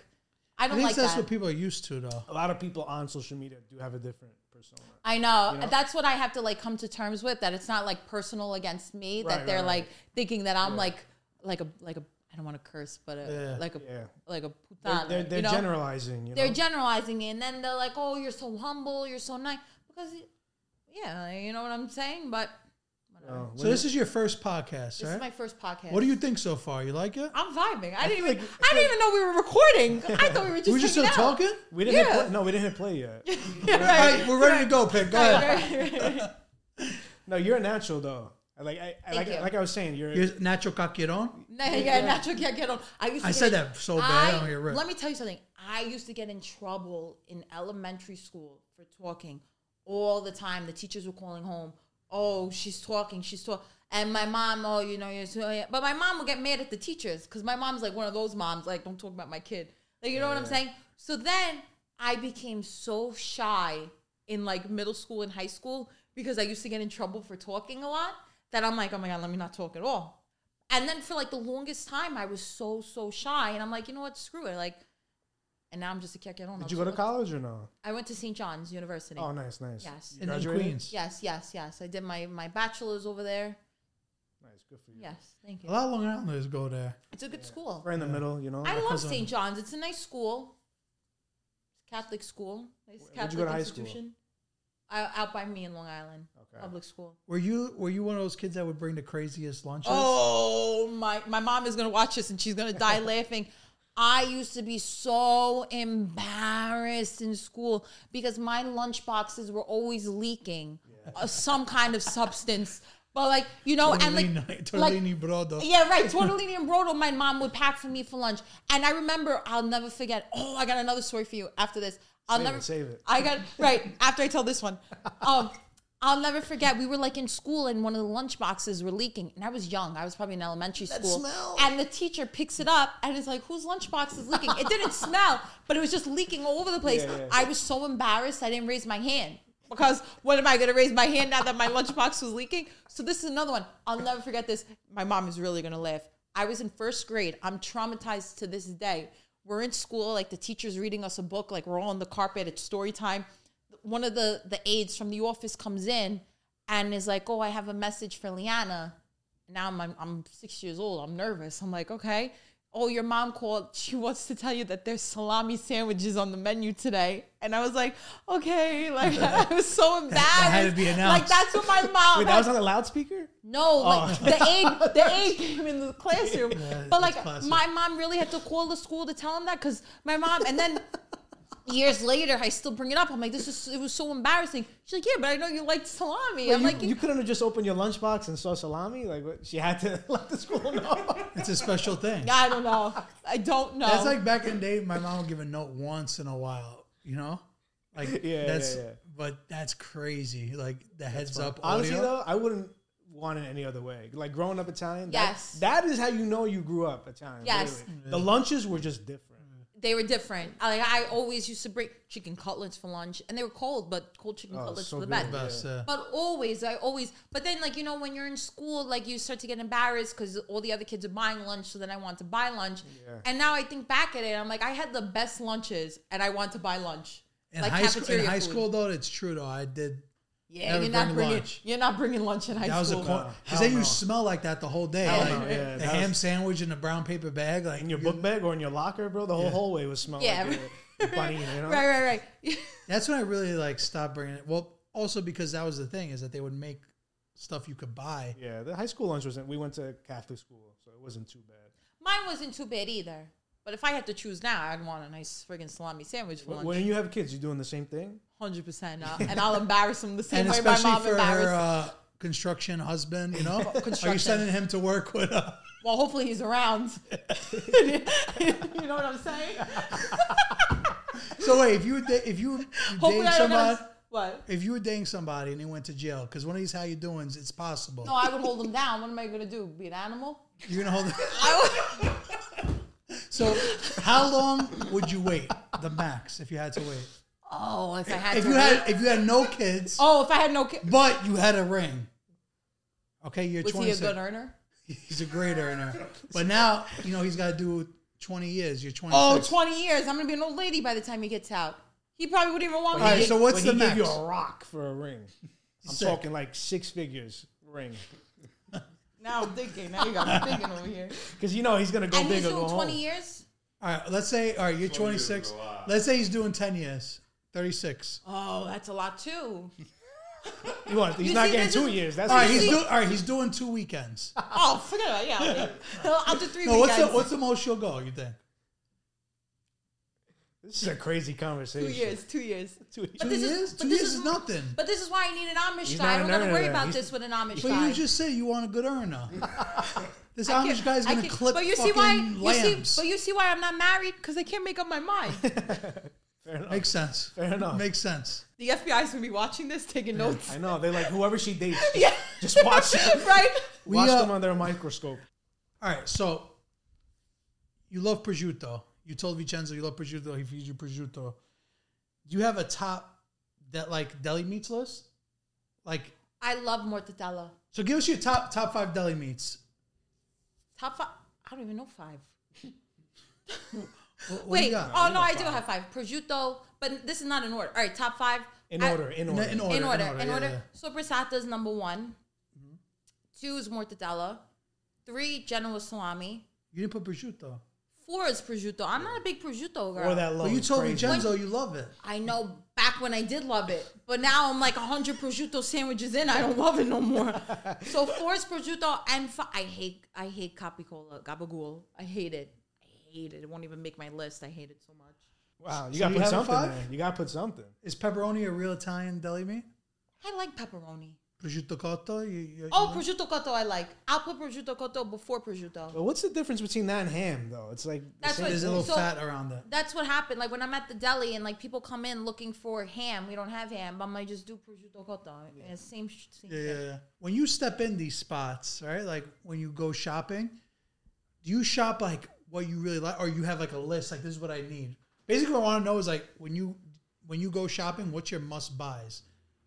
I I don't think like that's that. what people are used to, though. A lot of people on social media do have a different persona. I know. You know? That's what I have to like come to terms with that it's not like personal against me Right, that they're right, like right. thinking that I'm like like a like a I don't want to curse but a, Yeah. like a Yeah. like a They're, putana, they're, they're you know? generalizing. You know? They're generalizing me and then they're like, "Oh, you're so humble, you're so nice." Because yeah, you know what I'm saying, but Oh, So this is your first podcast, this right? is my first podcast. what do you think so far? You like it? I'm vibing. I, didn't feel even like- I didn't even know we were recording. I thought we were just we were just still hanging out. talking. we didn't hit yeah. play, no, we didn't hit play yet. Yeah, All right. right, we're ready to go, Pick. Go ahead. no, you're a natural though. I Like I, I Thank like, you. like I was saying, you're, Here's Nacho Caqueron. Nah, yeah, natural get get on. I used. To I get said in- that so bad, I don't get ripped. let me tell you something. I used to get in trouble in elementary school for talking all the time. The teachers were calling home. Oh, she's talking. She's talking. And my mom, oh, you know, you're so, but my mom would get mad at the teachers because my mom's like one of those moms, like don't talk about my kid. Like you know what I'm saying. So then I became so shy in like middle school and high school because I used to get in trouble for talking a lot. That I'm like, oh my god, let me not talk at all. And then for like the longest time, I was so so shy, and I'm like, you know what, screw it. Like, and now I'm just a kick it on. did you go to college or no? I went to St. John's University. Oh, nice, nice. Yes. You in, in graduated? Queens. Yes, yes, yes. I did my my bachelor's over there. Nice, good for you. Yes, thank A you. lot of Long Islanders go there. It's a good school. Right um, in the middle, you know. I love cousin- St. John's. It's a nice school. It's a Catholic school. Nice where'd Catholic you go to high school? institution. I, out by me in Long Island. Okay. Public school. Were you were you one of those kids that would bring the craziest lunches? Oh my! My mom is gonna watch this and she's gonna die laughing. I used to be so embarrassed in school because my lunch boxes were always leaking uh, some kind of substance. But like you know, and Tortellini, like, tortellini like brodo. yeah, right. Tortellini and brodo, my mom would pack for me for lunch. And I remember, I'll never forget. Oh, I got another story for you after this. I'll Save never it, save it. I got right after I tell this one. Um, I'll never forget. We were like in school, and one of the lunch boxes were leaking, and I was young. I was probably in elementary school. smell. And the teacher picks it up, and it's like, "Whose lunchbox is leaking?" It didn't smell, but it was just leaking all over the place. I was so embarrassed. I didn't raise my hand because what am I going to raise my hand now that my lunchbox was leaking? So this is another one. I'll never forget this. My mom is really going to laugh. I was in first grade. I'm traumatized to this day. We're in school, like the teacher's reading us a book, like we're all on the carpet. It's story time. One of the the aides from the office comes in and is like, "Oh, I have a message for Liana." Now I'm, I'm I'm six years old. I'm nervous. I'm like, okay. Oh, your mom called. She wants to tell you that there's salami sandwiches on the menu today. And I was like, okay. Like I was so embarrassed. had to be Like announced. that's what my mom. Wait, that was on the loudspeaker? No, Oh. like the aide, the aide came in the classroom. but like classic. my mom really had to call the school to tell him that because my mom, and then years later, I still bring it up. I'm like, this is it was so embarrassing. She's like, yeah, but I know you liked salami. I'm you, like, you couldn't have just opened your lunchbox and saw salami. Like what? she had to let the school know. It's a special thing. I don't know. I don't know. That's like back in the day, my mom would give a note once in a while, you know? Like, Yeah, that's, yeah, yeah. but that's crazy. Like, the heads up. Honestly, audio. though, I wouldn't want it any other way. Like growing up Italian. that- Yes. that is how you know you grew up Italian. Yes. Mm-hmm. literally. The lunches were just different. they were different. I- Like I always used to bring chicken cutlets for lunch, and they were cold, but cold chicken cutlets Oh, so were the best. good. Best, yeah. But always, I always. But then, like you know, when you're in school, like you start to get embarrassed because all the other kids are buying lunch, so then I want to buy lunch. And now I think back at it, I'm like, I had the best lunches, and I want to buy lunch. In, like high school, in cafeteria high food. school, though, it's true, though. I did. yeah, never you're not bring bringing lunch. you're not bringing lunch in high That was a school. because Hell then no. you smell like that the whole day. like, no, yeah, the that ham was- sandwich in a brown paper bag, like In your you- book bag or in your locker, bro. The whole Yeah. hallway was smelling. Yeah. Like a bunny, you know? Right, right, right. That's when I really like stopped bringing it. Well, also because that was the thing is that they would make stuff you could buy. Yeah, the high school lunch wasn't. We went to Catholic school, so it wasn't too bad. Mine wasn't too bad either. But if I had to choose now, I'd want a nice friggin' salami sandwich for When- lunch. When you have kids, you doing the same thing. Hundred percent, uh, and I'll embarrass him the same and way my especially mom for her embarrassed. uh, construction husband, you know, are you Oh, Construction. sending him to work with? Uh, well, hopefully he's around. you know what I'm saying? so wait, if you were da- if you, you Hopefully, dating I don't know. somebody, What? if you were dating somebody and they went to jail because one of these how you doings, it's possible No, I would hold him down. What am I gonna do? Be an animal? you're gonna hold. I would. so how long would you wait? The max if you had to wait. Oh, if I had If to. you wait- had if you had no kids, oh, if I had no kid, but you had a ring. Okay, you're was he a 26. good earner? He's a great earner. But now, you know, he's got to do 20 years. You're 26. Oh, 20 years. I'm gonna be an old lady by the time he gets out. He probably wouldn't even want All right, me. so what's when the he max? give you a rock for a ring? I'm Sick. talking like six figures ring, now I'm thinking. Now you got me thinking over here. because you know he's gonna go And big he's or go doing 20 home. years. All right, let's say, all right, you're 26. Let's say he's doing 10 years, 36. Oh, that's a lot too. You want, he's You not see, getting this two is- years. That's All right, what he's he's doing. All right, he's doing two weekends. Oh, forget about it. Yeah, I'll- I'll do three No, what's weekends. the what's the most you'll go? You think? This is a crazy conversation. Two years, two years. Two years. this years? but Two this years is nothing. But this is why I need an Amish He's guy. I not don't an gotta worry earner. about He's- this with an Amish But guy. you just said you want a good earner. This I Amish can't- guy's I gonna can't- clip But you see fucking why? You lambs. see, but you see why I'm not married because I can't make up my mind. Makes sense. Fair enough. Makes sense. the FBI's gonna be watching this, taking notes. I know. They like whoever she dates. Just, Yeah. just watch them. right? watch uh, them under a microscope. All right, so you love prosciutto. You told Vincenzo you love prosciutto. He feeds you prosciutto. Do you have a top that like deli meats list? Like, I love mortadella. so give us your top top five deli meats. Top five. I don't even know five. What, what do Wait. you got? Oh no, I do have five. Prosciutto, but this is not in order. All right, top five. In I- order. In in, order. in order. in order. In order. yeah, So prasata is number one. Two is mortadella. Three Genoa salami. yeah. You didn't put prosciutto. Four is prosciutto. I'm not a big prosciutto girl. Or that low. But you told crazy. Vincenzo you love it. I know back when I did love it, but now I'm like 100 prosciutto sandwiches in. I don't love it no more. so four is prosciutto and fi- I hate I hate capicola, gabagool. I hate it. I hate it. It won't even make my list. I hate it so much. Wow, you So gotta you put have a something five? there. You gotta put something. Is pepperoni a real Italian deli meat? I like pepperoni. prosciutto cotto. You, you, Oh, prosciutto cotto I like. I'll put prosciutto cotto before prosciutto. But what's the difference between that and ham, though? It's like the That's same- what there's a little so fat around it. That's what happened. Like when I'm at the deli and like people come in looking for ham, we don't have ham. But I might just do prosciutto cotto. Yeah. Same, sh- same Yeah, thing. yeah, yeah. When you step in these spots, right? Like when you go shopping, do you shop like what you really like, or you have like a list? Like this is what I need. Basically, what I want to know is like when you when you go shopping, what's your must buys?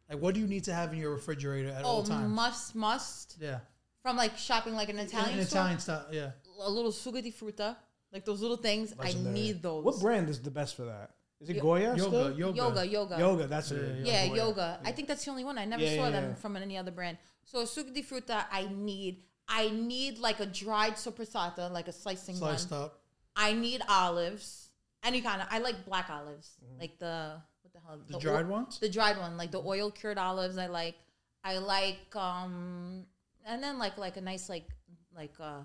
Like what do you need to have in your refrigerator at all Oh, times? must must yeah, from like shopping like an Italian an store. Italian style. Yeah, A little sugo di frutta, like those little things. I need those. What brand is the best for that? Is it Goya? yoga, still? yoga, Yoga, yoga, Yoga, that's what it is. Yeah, yoga. I think that's the only one. I never Yeah, saw yeah, them yeah. from any other brand. So sugo di frutta, I need. I need like a dried soppressata, like a slicing sliced one. up. I need olives, any kind of. I like black olives, like the what the hell? The, dried ones? The dried one, like the oil cured olives. I like. I like, um and then like like a nice like like uh,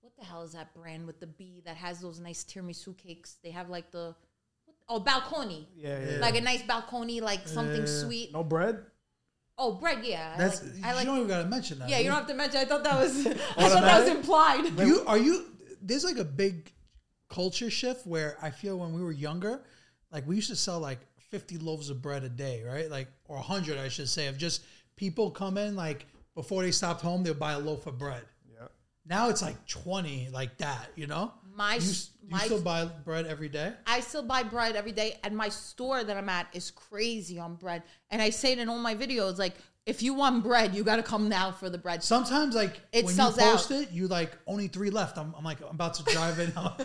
what the hell is that brand with the bee that has those nice tiramisu cakes? They have like the what, oh balcony, Yeah, yeah. like a nice balcony, like something sweet. No bread? Oh bread, yeah. That's I like. I you don't like even gotta mention that. yeah, Do you don't have to mention. I thought that was. I thought that was Automatic? implied. Do you are you there's like a big culture shift where I feel when we were younger, like we used to sell like 50 loaves of bread a day, right? Like or 100 I should say of just people come in like before they stopped home they'll buy a loaf of bread. Yeah. Now it's like 20 like that, you know? My you, s- you my still buy bread every day? I still buy bread every day, and my store that I'm at is crazy on bread. And I say it in all my videos, like if you want bread, you got to come now for the bread. Sometimes like It when sells you post out. it, you like only 3 left. I'm, I'm like I'm about to drive in. Like-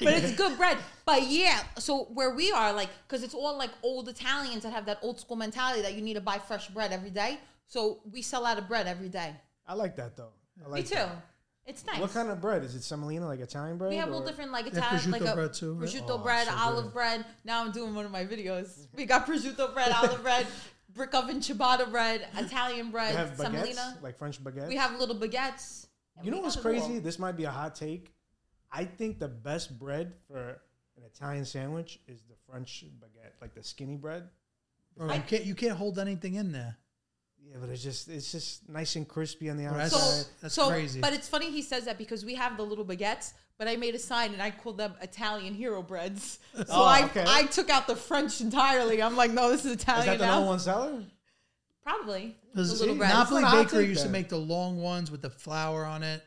but it's good bread. But yeah, so where we are, like, because it's all like old Italians that have that old school mentality that you need to buy fresh bread every day. So we sell out of bread every day. I like that, though. I like Me too. that. It's nice. What kind of bread? Is it semolina, like Italian bread? we have all or- different like have Italian, like prosciutto a bread too, right? prosciutto Oh, bread, olive bread. Now I'm doing one of my videos. We got prosciutto bread, olive bread, brick oven ciabatta bread, Italian They bread, have baguettes, semolina. like French baguettes. We have little baguettes. you know what's have it all. crazy? This might be a hot take. I think the best bread for an Italian sandwich is the French baguette, like the skinny bread. Bro, you can't you can't hold anything in there. Yeah, but it's just it's just nice and crispy on the that's- outside. So, That's so, crazy. But it's funny he says that because we have the little baguettes, but I made a sign and I called them Italian hero breads. So Oh, I, okay. I took out the French entirely. I'm like, no, this is is Italian that the now. number one seller? Probably. The Because little breads. Napoli That's what I Bakery think used to then. make the long ones with the flour on it,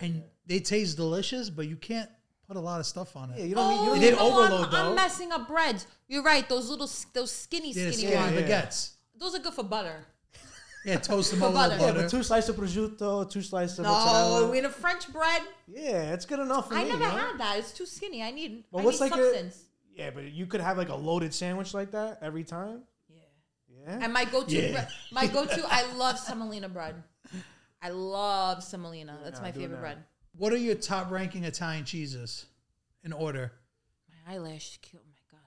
and they taste delicious, but you can't put a lot of stuff on it. Yeah, you don't need you Oh, don't did need you know, overload I'm, though. I'm messing up breads. You're right. Those little, s- those skinny, Yeah, skinny skinny ones. yeah. baguettes. Those are good for butter. Yeah, toast them over butter. butter. Yeah, yeah, butter. but two slices of prosciutto, two slices of No, mozzarella. in a French bread, yeah, it's good enough for I me. never you know? had that. It's too skinny. I need, But I what's need like a- substance. Yeah, but you could have like a loaded sandwich like that every time. And my go-to, bre- my go-to, I love semolina bread. I love semolina. That's my favorite bread. what are your top ranking Italian cheeses in order? My eyelash cute. Oh my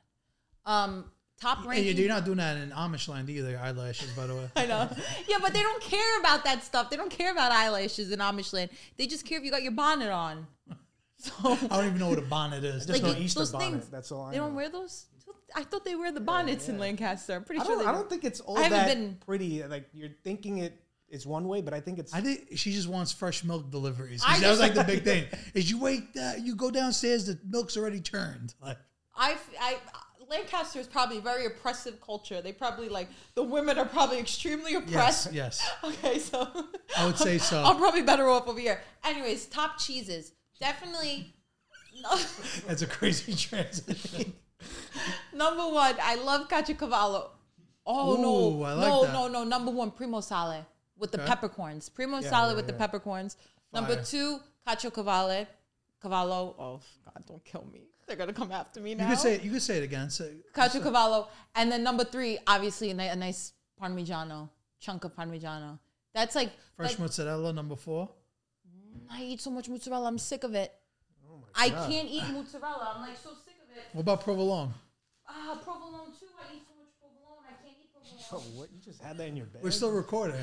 god. Um, top And you- ranking. you're not doing that in Amish land either. Eyelashes, by the way. I know. Yeah, but they don't care about that stuff. They don't care about eyelashes in Amish land. They just care if you got your bonnet on. So I don't even know what a bonnet is. Just Like, no it- Easter those bonnet. things- that's all I they know. don't wear those. I thought they wear the bonnets in Lancaster. I'm pretty I sure don't, they. I don't think it's all I haven't that been- pretty. Like you're thinking it, it's one way, but I think it's. I think she just wants fresh milk deliveries. I that was just- like the big thing. Is you wait, uh, you go downstairs, the milk's already turned. Like, I, I Lancaster is probably a very oppressive culture. They probably like the women are probably extremely yes, oppressed. yes. Okay, so I would say so. I'm probably better off over here. Anyways, top cheeses definitely That's a crazy transition. number one. I love caciocavallo. Oh Ooh, no, I like no, that. no, no. Number one, primo sale with the peppercorns. Primo sale with the peppercorns. Number Fire. two, caciocavallo. Cavallo. Oh God, don't kill me. They're gonna come after me now. You could say it, you could say it again. Say, Caciocavallo, and then number three, obviously, a, ni- a nice Parmigiano chunk of Parmigiano. That's like, Fresh like, mozzarella, number four. I eat so much mozzarella, I'm sick of it. Oh I can't eat mozzarella. I'm like so sick of it. What about provolone? Ah, provolone too. I eat so much provolone. I can't eat Oh, provolone. what you just had that in your bed? We're still recording.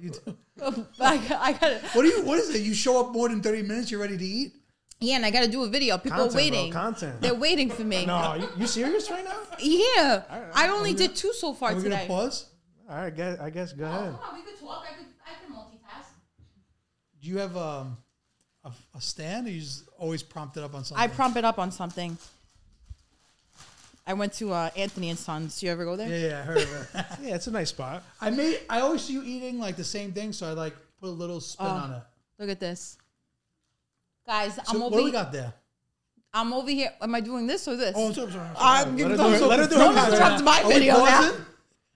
You do- Oh, I, got- I gotta, what do you? What is it? You show up more than thirty minutes. You're ready to eat. yeah, and I gotta do a video. People content, are waiting. Bro, content. They're waiting for me. no, you, you serious right now? Yeah, I only did two so far Are we gonna today. Oh, pause? All right, guess, I guess go ahead. on, we could talk. I could, I can multitask. Do you have um, a, a stand or you just always prompted up on something? I prompt it up on something. I went to uh, Anthony and Sons. You ever go there? Yeah, yeah, I heard of it. Yeah, it's a nice spot. I made. I always see you eating like the same thing, so I like put a little Oh, spin on it. Look at this, guys. So I'm what over. do we he- got there? I'm over here. Am I doing this or this? Oh, I'm sorry, I'm sorry, I'm sorry. I'm giving her thumbs do it. up. Let her do Don't her content. interrupt my Are we video now. pausing?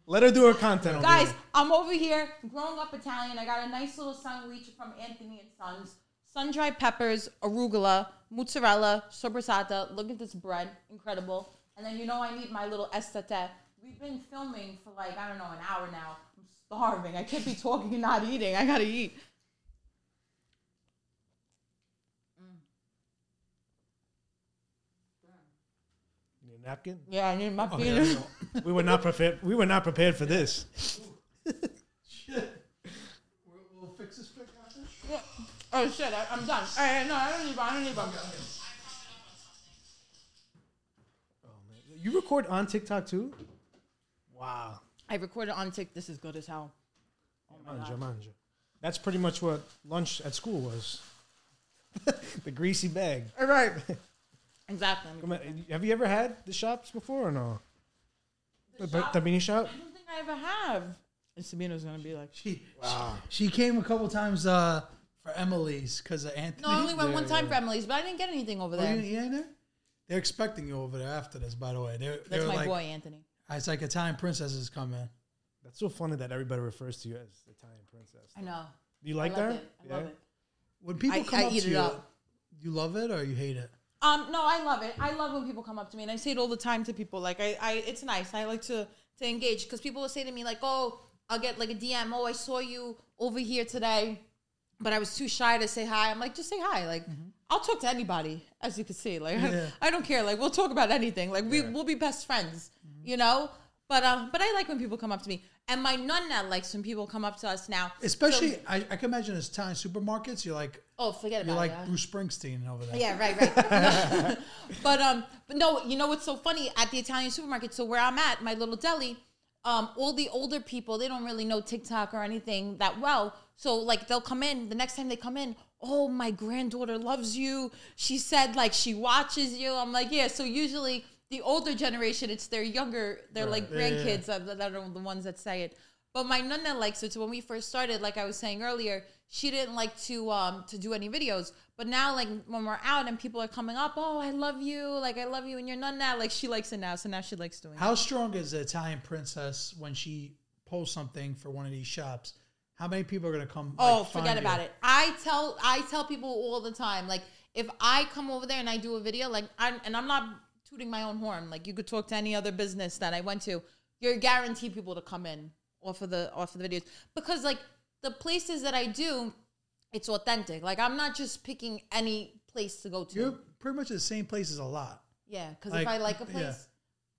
Let her do her content. over Guys, here. I'm over here growing up Italian. I got a nice little sandwich from Anthony and Sons. Sun-dried peppers, arugula, mozzarella, sopressata. Look at this bread. Incredible. And then you know I need my little estate. We've been filming for like, I don't know, an hour now. I'm starving. I can't be talking and not eating. I gotta eat. Need a napkin. Yeah, I need my Oh, yeah, penis. so- We were not prepared. We were not prepared for this. We'll we'll fix this quick after. oh shit, I, I'm done. All right, no, I don't need one. I don't need one. You record on TikTok too? Wow. I recorded on TikTok. This is good as hell. Manja, manja. That's pretty much what lunch at school was. the greasy bag. All right. Exactly. Come on, Have you ever had the shops before or no? The, the beanie shop? I don't think I ever have. And Sabina's gonna be like, She, she she came a couple times uh, for Emily's because of Anthony. no, I only went one time for Emily's, but I didn't get anything over Oh, you there. didn't eat any there? They're expecting you over there after this. By the way, they're, That's they're my like, boy Anthony. It's like Italian princesses come in. That's so funny that everybody refers to you as the Italian princess. I know. Do you like I that? love it. I love it. When people I- come I up eat to it you, up. you love it or you hate it? Um, no, I love it. I love when people come up to me, and I say it all the time to people. Like, I, I it's nice. I like to to engage because people will say to me like, "Oh, I'll get like a DM. Oh, I saw you over here today, but I was too shy to say hi." I'm like, just say hi. Like, I'll talk to anybody, as you can see. Like, I- Mm-hmm. Yeah. I, don't care. Like, we'll talk about anything. Like, we we'll be best friends, Mm-hmm. you know. But um, but I like when people come up to me, and my nonna likes when people come up to us now. Especially, So- I, I can imagine as Italian supermarkets. You're like oh, forget you're about like it. Bruce Springsteen over there. Yeah, right, right. but um, but no, you know what's so funny at the Italian supermarket? So where I'm at, my little deli, um, all the older people they don't really know TikTok or anything that well. So like they'll come in the next time they come in. Oh, my granddaughter loves you. She said like she watches you. I'm like yeah. So usually the older generation, it's their younger, they're like grandkids that that are the ones that say it. But my nonna likes it. So when we first started, like I was saying earlier, she didn't like to um to do any videos. But now, like when we're out and people are coming up, oh, I love you, like I love you and your nonna, like she likes it now. So now she likes doing it. How strong is the Italian princess when she posts something for one of these shops? How many people are gonna come? Oh, like, find forget you? about it. I tell I tell people all the time, like if I come over there and I do a video, like I'm and I'm not tooting my own horn. Like you could talk to any other business that I went to, you're guaranteed people to come in off of the off of the videos because like the places that I do, it's authentic. Like I'm not just picking any place to go to. You're pretty much the same place as a lot. Yeah, because Like, if I like a yeah. Mm-hmm. place,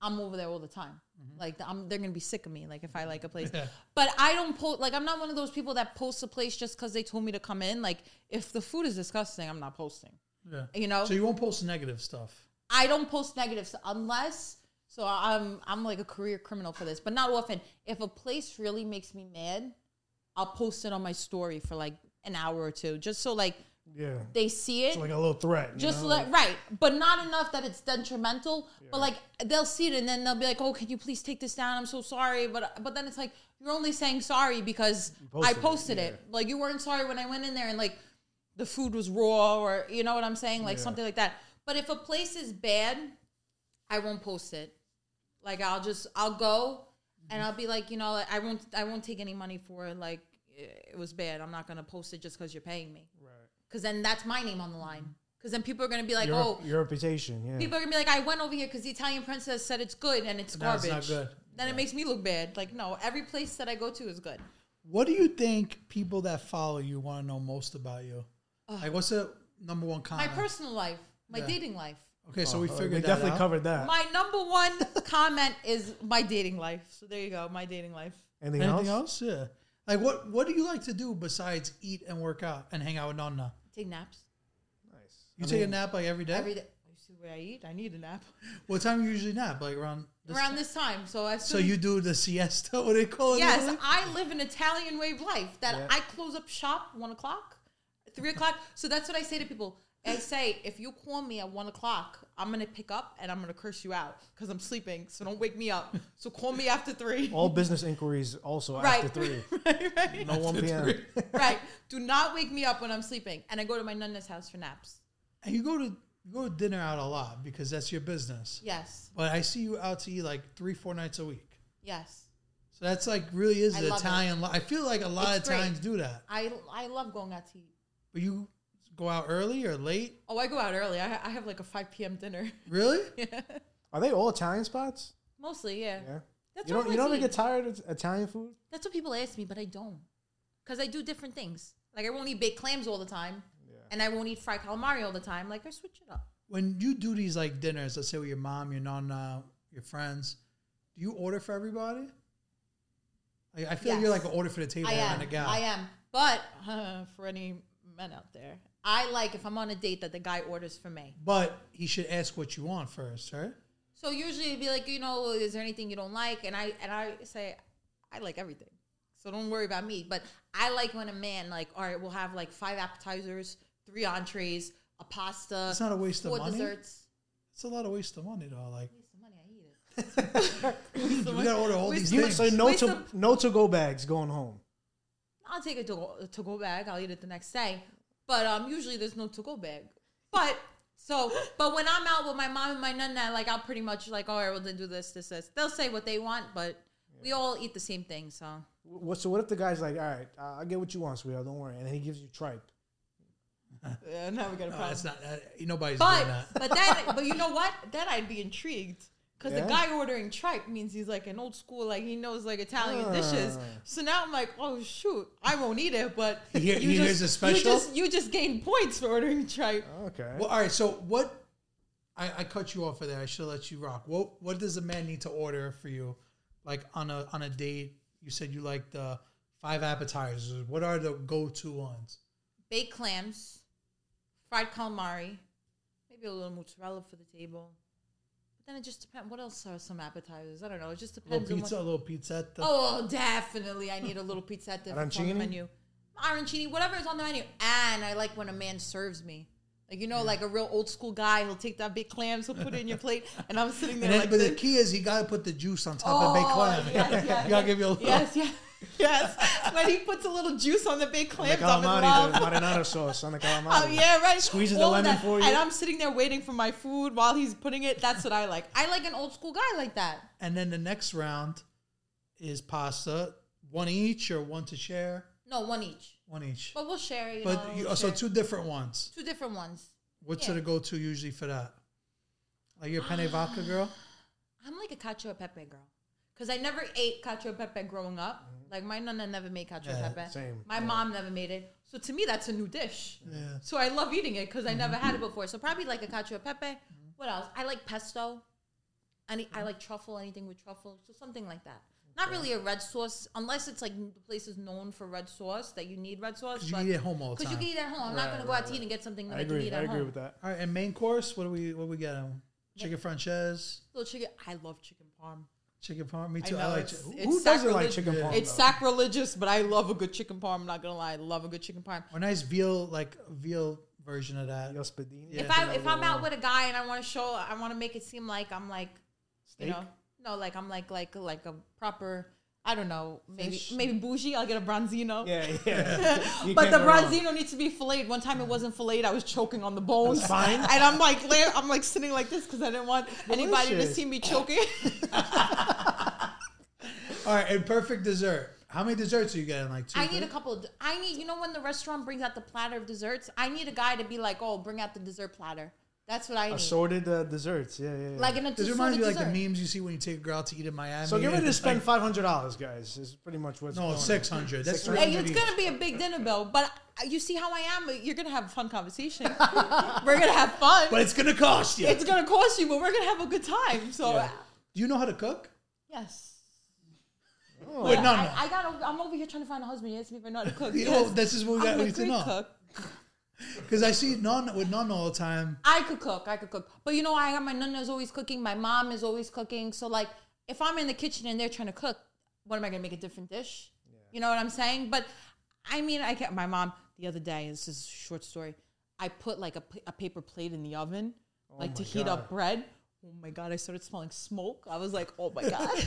I'm over there all the time. Like I'm, they're gonna be sick of me. Like if I like a place, but I don't post. Like I'm not one of those people that posts a place just because they told me to come in. Like if the food is disgusting, I'm not posting. Yeah. You know, So you won't post negative stuff. I don't post negative s- unless. So I'm I'm like a career criminal for this, but not often. If a place really makes me mad, I'll post it on my story for like an hour or two, just so like Yeah. they see it. It's like a little threat. you Just know? let, right, but not enough that it's detrimental. But like they'll see it and then they'll be like, "Oh, can you please take this down? I'm so sorry." But but then it's like you're only saying sorry because posted I it, posted it. Like you weren't sorry when I went in there and like the food was raw or you know what I'm saying, like something like that. But if a place is bad, I won't post it. Like I'll just I'll go and I'll be like, you know, like, I won't I won't take any money for it. Like it was bad. I'm not gonna post it just because you're paying me. Right. Because then that's my name on the line. Because then people are gonna be like, your, oh, your reputation. Yeah. people are gonna be like, I went over here because the Italian princess said it's good and it's Now it's garbage. not good. Then it makes me look bad. Like no, every place that I go to is good. What do you think people that follow you want to know most about you? like, what's the number one My comment? personal life, my dating life. okay, so we figured we that definitely out. covered that. My number one comment is my dating life. So there you go, my dating life. Anything, Anything else? else? Yeah. Like, what what do you like to do besides eat and work out and hang out with Nonna? Take naps You take a nap like every day. every day. Are you to where I eat. I need a nap What time you usually nap? Like around. This around this time. So as So soon- you do the siesta? What do they call it? in Yes, Italy? I live an Italian way of life that I close up shop one o'clock, three o'clock. So that's what I say to people. I say, if you call me at one o'clock, I'm gonna pick up and I'm gonna curse you out because I'm sleeping. So don't wake me up. So call me after three. All business inquiries also Right. after three. right, right, No 1 p.m. right. Do not wake me up when I'm sleeping. And I go to my nana's house for naps. And you go to you go to dinner out a lot because that's your business. Yes, But I see you out to eat like three, four nights a week. yes. So that's like really is I the love it. Italian. Li- I feel like a It's lot of great. times do that. I I love going out to eat. But you go out early or late? Oh, I go out early. I, ha- I have like a five p.m. dinner Really? Are they all Italian spots? mostly. Yeah. Yeah. That's you what don't. I You don't like to ever eat. get tired of Italian food. That's what people ask me, but I don't. Because I do different things. Like, I won't eat baked clams all the time. And I won't eat fried calamari all the time. Like, I switch it up. When you do these like dinners, let's say with your mom, your nonna, your friends, do you order for everybody? Like, I feel like you're Yes. like an order for the table I am. kind of guy. I am. But uh, for any men out there, I like if I'm on a date that the guy orders for me. But he should ask what you want first, right? So usually it'd be like, you know, is there anything you don't like? And I and I say, I like everything. So don't worry about me. But I like when a man like, all right, we'll have like five appetizers, three entrees, a pasta. It's not a waste of four money. desserts. It's a lot of waste of money though. Like Waste of money, I eat it. you gotta order all waste these of You money. would things. say no Waste to of- no to go bags going home. I'll take a to go, to go bag. I'll eat it the next day. But um, usually there's no to go bag. But so, but when I'm out with my mom and my nana, like I'll pretty much like, all right, well then do this, this, this. They'll say what they want, but we all eat the same thing. So What? So what if the guy's like, all right, uh, I get what you want, sweetheart. Don't worry. And then he gives you tripe. yeah, now we got a No, problem. Ah, it's not. that nobody's but doing that. but then but you know what? Then I'd be intrigued. Because Yeah? the guy ordering tripe means he's like an old school, like he knows like Italian Ah. dishes. So now I'm like, oh shoot, I won't eat it. But He hear- he hears a special? You just, you just gain points for ordering tripe. Okay. Well, all right. So what? I, I cut you off for that. I should have let you rock. What What does a man need to order for you, like on a on a date? You said you like the five appetizers. What are the go to ones? baked clams, fried calamari, maybe a little mozzarella for the table. But then it just depends. What else are some appetizers? I don't know. It just A little depends. pizza, a On little pizzetta. what, oh, definitely. I need a little pizza at the on the Arancini? menu. Arancini, whatever is on the menu. And I like when a man serves me. Like, you know, like a real old school guy, he'll take that big clams, he'll put it in your plate, and I'm sitting there and then, like but the this. key is he got to put the juice on top of baked Oh, clam. yes, yes. you got to give you a little. Yes, yes, yes. when he puts a little juice on the big the oh, clams, I'm in calamari, love. the marinara sauce on the calamari. Oh yeah, right. Squeezes the All lemon that. for you. and I'm sitting there waiting for my food while he's putting it. That's what I like. I like an old school guy like that. And then the next round is pasta, one each or one to share, No, one each, one each. but we'll share. You But know, you, we'll so share. two different ones. two different ones. What's Yeah. the go to usually for that? Like your penne vodka girl. I'm like a cacio e pepe girl because I never ate cacio e pepe growing up. Like my nana never made cacio Mm-hmm. Yeah, e pepe. same. My mom never made it. So to me, that's a new dish. Yeah. Mm-hmm. So I love eating it because I never had it before. So probably like a cacio e pepe. What else? I like pesto. Any, Mm-hmm. I like truffle. Anything with truffle. So something like that. Not really a red sauce, unless it's like the place is known for red sauce that you need red sauce. 'Cause you but- eat at home all the 'cause you time. can eat at home. I'm not gonna go out to eat and get something that I I, can agree. eat I at agree home. with that. All right, and main course, what do we what we get? Um, Chicken franchise, Little chicken. I love chicken parm. chicken parm. Me I too. I, know, like. it's- chi- it's uh, Who doesn't like sacrileg- chicken parm? It's though? sacrilegious, but I love a good chicken parm. I'm not gonna lie, I love a good chicken parm. Or nice veal, like veal version of that. Yo, spadini. Uh, if I if I'm out with a guy and I want to show, I want to make it seem like I'm like, you know, no, like I'm like like like a proper, I don't know, maybe maybe bougie. I'll get a bronzino. yeah, yeah. You But can't the go wrong. bronzino needs to be filleted. One time it wasn't filleted. I was choking on the bones. fine. And I'm like, la- I'm like sitting like this because I didn't want anybody to Delicious. see me choking. All right, and perfect dessert. How many desserts are you getting? Like two. I need three? a couple. Of, I need you know when the restaurant brings out the platter of desserts. I need a guy to be like, oh, bring out the dessert platter. That's what I need. assorted uh, desserts. Yeah, yeah. yeah. like in a This reminds me assorted like dessert. the memes you see when you take a girl out to eat in Miami. so get ready to It's spend like- five hundred dollars, guys. Is pretty much what's no, going six hundred. That's Six hundred. Hey, really it's gonna be a big dinner bill, but you see how I am. You're gonna have a fun conversation. we're gonna have fun. But it's gonna cost you. it's gonna cost you, but we're gonna have a good time. So uh, Yeah. Do you know how to cook? yes. Wait, no, no. I, I got. I'm over here trying to find a husband. He asked me if I know how to cook. You Yes. know, Oh, this is what we I'm got a we need to great know. cook. Because I see none with none all the time. I could cook. I could cook. But you know, I got my nonna is always cooking. My mom is always cooking. So like, if I'm in the kitchen and they're trying to cook, what am I gonna make a different dish? You know what I'm saying? But I mean, I kept my mom the other day. This is a short story. I put like a, pl- a paper plate in the oven, Oh like to heat up bread. Oh my god! I started smelling smoke. I was like, oh my god.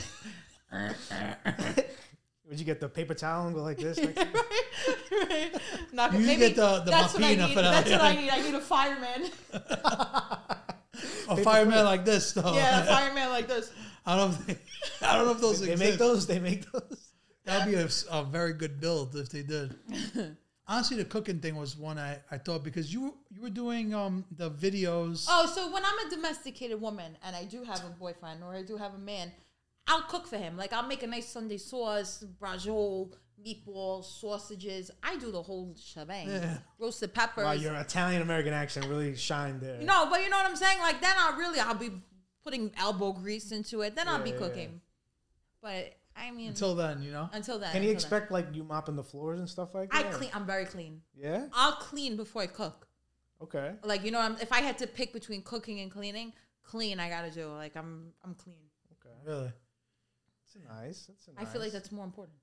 Would you get the paper towel and go like this? Like, right? Not gonna, You maybe get the- the that's what I mapina need. for that, That's what I yeah. need. I need a fireman. A fireman like this though. yeah, a fireman like this. I don't. Think, I don't know if those they exist. make those. They make those. That'd be a, a very good build if they did. Honestly, the cooking thing was one I, I thought because you you were doing um the videos. Oh, so when I'm a domesticated woman and I do have a boyfriend or I do have a man, I'll cook for him. Like I'll make a nice Sunday sauce, brajol, meatballs, sausages. I do the whole shebang. Roasted peppers. Wow, your Italian American accent really shined there. no, but you know what I'm saying? Like then I'll really I'll be putting elbow grease into it. Then I'll be yeah, cooking. But I mean until, Until then, you know. then. Can you until then. expect like you mopping the floors and stuff like I that? clean I'm very clean. Yeah. I'll clean before I cook. Okay. Like you know, I'm, if I had to pick between cooking and cleaning, clean I gotta do. Like I'm, I'm clean. Really, That's nice. That's I nice. feel like that's more important.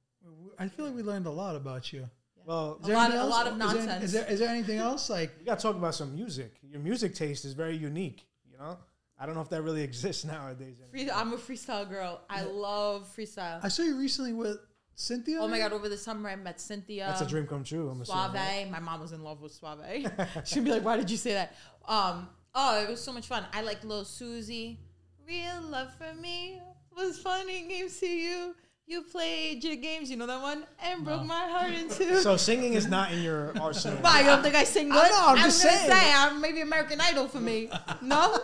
I feel like we learned a lot about you. Well, A lot, anything a lot else? of Is there- nonsense. Is there, is there anything else like? we gotta talk about some music. Your music taste is very unique. You know, I don't know if that really exists nowadays. Free- I'm a freestyle girl. I love freestyle. I saw you recently with Cynthia. oh my god! Over the summer, I met Cynthia. That's a dream come true. I'm Suave. assuming. right? My mom was in love with Suave. She'd be like, "Why did you say that?" Um. Oh, it was so much fun. I like Lil Susie. Real love for me was fun in games to you. You played your games. You know that one, and broke my heart in two. So singing is not in your arsenal. Why you don't think I sing good? I know, I'm I was just gonna saying. Say, I'm maybe American Idol for me. No,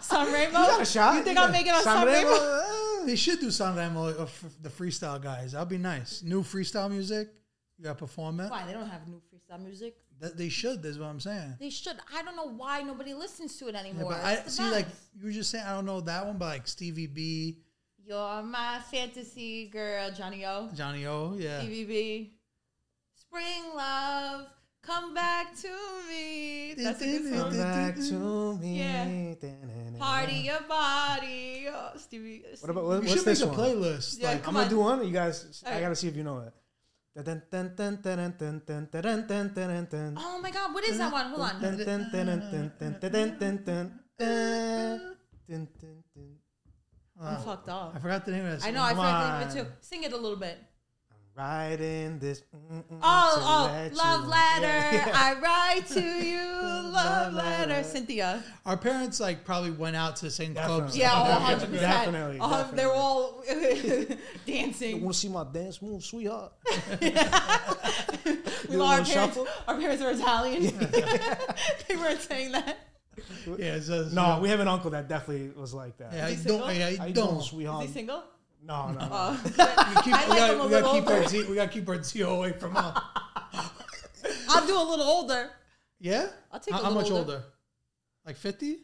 Sanremo. You got a shot. You think got- I'm making on Sanremo, Sanremo? uh, Eh, They should do Sanremo of f- the freestyle guys. That'd be nice. New freestyle music. You gotta perform it. Why they don't have new freestyle music? That they should. That's what I'm saying. They should. I don't know why nobody listens to it Yeah, anymore. but It's I the see, like best. you were just saying, I don't know that one, but like Stevie B, you're my fantasy girl, Johnny O, Johnny O, yeah, TVB, Spring Love, come back to me. That's a good Come song. back to me. Yeah. Da-na-na-na. Party your body, oh, Stevie. What about what, You what's should make this a one? playlist. Yeah, like, come I'm gonna on. do one. You guys, I right. gotta see if you know it. Dun, dun, dun, dun, dun, dun, dun, dun, dun, dun, dun. Oh my God, what is that one? Hold on. Dun, dun, dun, dun, dun, dun, dun, dun, dun, dun, dun, dun, dun, dun. I'm fucked I up. forgot the name of that. I know. I forgot the name Come of it too. Sing it a little bit. Riding this. mm, mm, Oh, to oh, let you- love letter. Yeah, yeah. I write to you, love letter. letter. Cynthia. Our parents like probably went out to the same clubs. Yeah, Definitely, all hundred percent. definitely, They're all dancing. You wanna see my dance move, sweetheart? We all- our little parents, shuffle? our parents are Italian. they weren't saying that. yeah. So, so- No, we have an uncle that definitely was like that. yeah, I Is he don't. single? Yeah, How I you doing, don't. Is sweetheart? he single? No, no, no. Oh. Keep, I we like gotta, him a we gotta little keep older. our Z, we gotta keep our Zio away from us. I'll do a little older. Yeah, I'll take How, a how little much older. older? Like 50?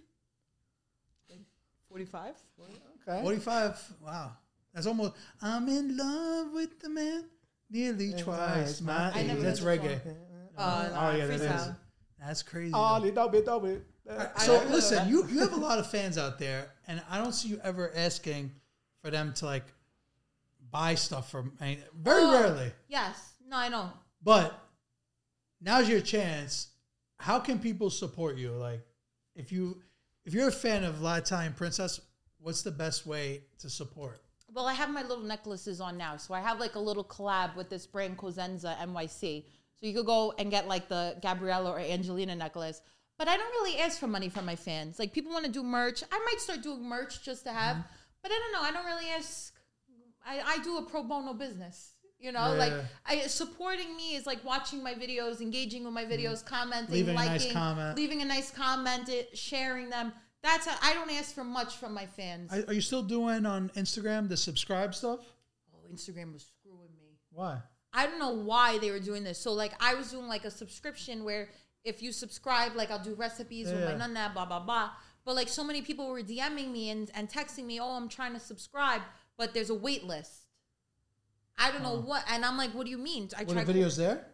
Forty-five. 45. Wow, that's almost. I'm in love with the man nearly twice twice my my I age. never That's heard that reggae. Uh, Oh, yeah, that is. freestyle. That's crazy. Oh, though. little bit, little bit. So don't know listen, that. you, you have a lot of fans out there, and I don't see you ever asking for them to like buy stuff from I mean, very Oh. rarely. Yes. No, I don't. But now's your chance. How can people support you? Like, if you if you're a fan of La Italian Princess, what's the best way to support? Well, I have my little necklaces on now. So I have like a little collab with this brand Cosenza NYC. So you could go and get like the Gabriella or Angelina necklace. But I don't really ask for money from my fans. Like people want to do merch. I might start doing merch just to have, Mm-hmm. but I don't know. I don't really ask. I, I do a pro bono business. You know, like Yeah. I, supporting me is like watching my videos, engaging with my videos, commenting, Mm-hmm. Leaving a liking, nice comment. leaving a nice comment, it, sharing them. That's I I don't ask for much from my fans. Are, are you still doing on Instagram the subscribe stuff? oh, Instagram was screwing me. Why? I don't know why they were doing this. So like I was doing like a subscription where if you subscribe, like I'll do recipes with my Yeah. nana, blah blah blah. But like so many people were DMing me and, and texting me, oh, I'm trying to subscribe, but there's a wait list. I don't know what, and I'm like, what do you mean? I Were the tried- videos there?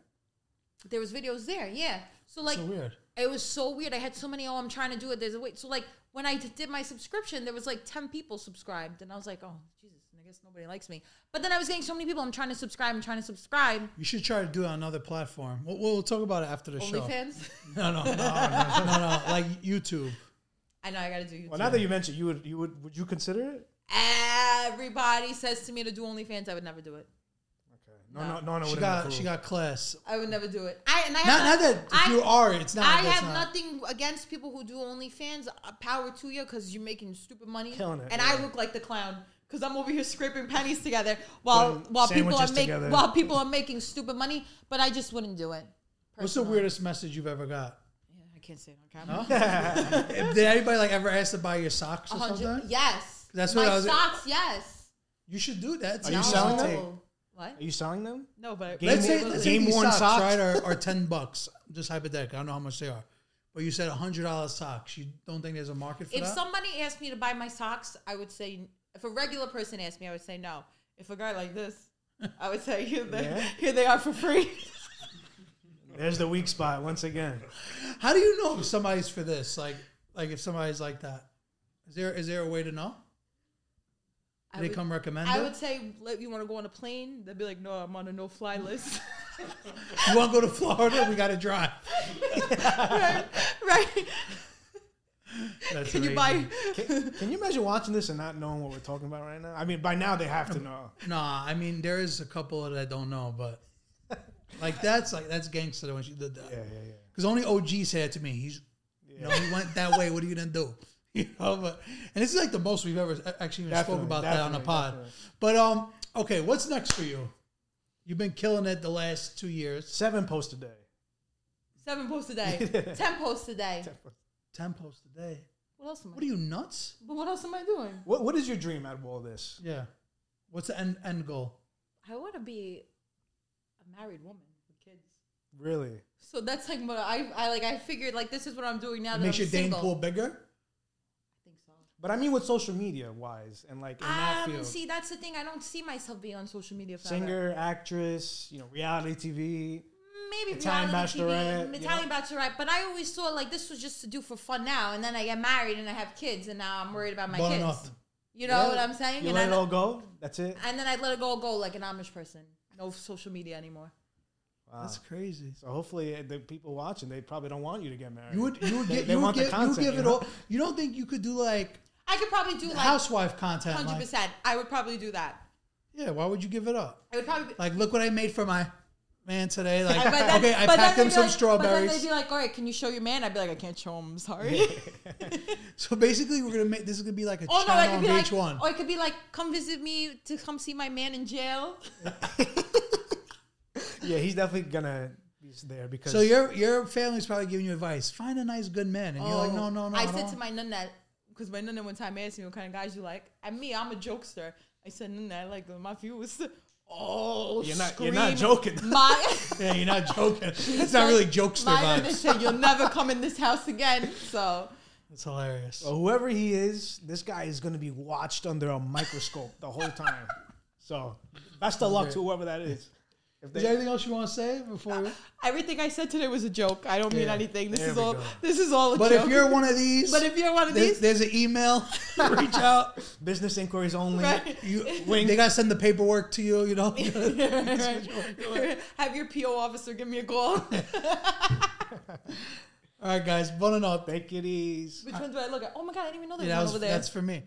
There was videos there, yeah. So like, So weird. it was so weird. I had so many. Oh, I'm trying to do it. There's a way. So like, when I did my subscription, there was like ten people subscribed, and I was like, oh Jesus, I guess nobody likes me. But then I was getting so many people. I'm trying to subscribe. I'm trying to subscribe. You should try to do it on another platform. We'll, we'll talk about it after the show. OnlyFans. No, no, no, no, no, no, like YouTube. I know I gotta do. YouTube. Well, now that you mentioned, you would you would would you consider it? Everybody says to me to do OnlyFans. I would never do it. No, no, no, no. She wouldn't got, approve. she got class. I would never do it. I and I Not, not have that if I- you are. It's not. I that's have not- nothing against people who do OnlyFans. Uh, Power to you because you're making stupid money, Killing it, and I yeah. look like the clown because I'm over here scraping pennies together while while people are sandwiches making together. while people are making stupid money. But I just wouldn't do it. What's the personally. weirdest message you've ever got? I can't say it on camera. Did anybody like ever ask to buy your socks A or hundred- something? yes, That's my what I was- socks. Yes, You should do that. Are you selling them? No. What? Are you selling them? No, but Game- Let's say, let's say game these worn socks, socks? right, are, are ten bucks. Just hypothetically, I don't know how much they are. But you said hundred dollars socks. You don't think there's a market for if that? somebody asked me to buy my socks, I would say. If a regular person asked me, I would say no. If a guy like this, I would say here they, Yeah? here they are for free. There's the weak spot once again. how do you know if somebody's for this? Like, like if somebody's like that, is there is there a way to know? I Do they would- come recommend I it? would say, like, you want to go on a plane? They'd be like, no, I'm on a no fly list. you want to go to Florida? We got to drive. right? That's Can you buy? amazing. Can you imagine watching this and not knowing what we're talking about right now? I mean, by now they have to know. Nah, I mean there is a couple that I don't know, but like that's like that's gangster when she did that. Yeah, yeah, yeah. Because only OG said to me, he's, you know, he went that way. What are you gonna do? You know, but and this is like the most we've ever actually even spoke Definitely, about that on the definitely, pod. definitely. But um, okay, what's next for you? You've been killing it the last two years. Seven posts a day. Seven posts a day, ten posts a day. Ten posts a day. What else am I? What are you nuts? But what else am I doing? What What is your dream out of all this? Yeah. What's the end end goal? I want to be a married woman with kids. Really? So that's like what I, I like. I figured like this is what I'm doing now. It that makes I'm your dating single. pool bigger. I think so. But I mean, with social media wise, and like in that Um, field, see, that's the thing. I don't see myself being on social media. Forever. singer, actress, you know, reality TV. maybe Italian reality Bachelorette, TV, you Italian Bachelorette. But I always thought like this was just to do for fun now, and then I get married and I have kids, and now I'm worried about my Button kids. up. You know what I'm saying? You and, let I, it all go. That's it. and then I let it all go like an Amish person. No social media anymore. That's crazy. So hopefully, uh, the people watching they probably don't want you to get married. You would you would They- get they you want would the give, you would content, give you it know? all. You don't think you could do like I could probably do like housewife content? hundred Like, percent. I would probably do that. yeah, why would you give it up? I would probably. Be, Like, look what I made for my man today. Like, but then- okay, I but then packed they'd him be some like- But then strawberries. they'd be like, "All right, can you show your man?" I'd be like, "I can't show him. I'm sorry." so basically, we're gonna make this is gonna be like a oh no, I channel could on be like, oh, VH1. or it could be like, "Come visit me to come see my man in jail." Yeah, he's definitely gonna be there because so your your family's probably giving you advice. Find a nice, good man, and you're like, no, no, no. Oh, I don't. said to my nunna, because my nunna one time asked me what kind of guys you like. And me, I'm a jokester. I said, nunna, I like my viewers. Oh, You're not- you're screaming. not joking. My, yeah, you're not joking. It's not really jokester my nunna vibes. said, you'll never come in this house again. So It's hilarious. But whoever he is, this guy is going to be watched under a microscope the whole time. So best of luck to whoever that is. If Is they, there anything else you want to say before? Uh, we everything I said today was a joke. I don't mean Yeah, anything. This there is we all. go. This is all a But joke. if you're one of these, but if you're one of there's, these, there's an email. Reach out. business inquiries only. right? You, they gotta send the paperwork to you. You know. have your PO officer give me a call. All right, guys, button up. Take it easy. Which one do I look at? Oh my god, I didn't even know there Yeah, that was was, one over there. that's for me.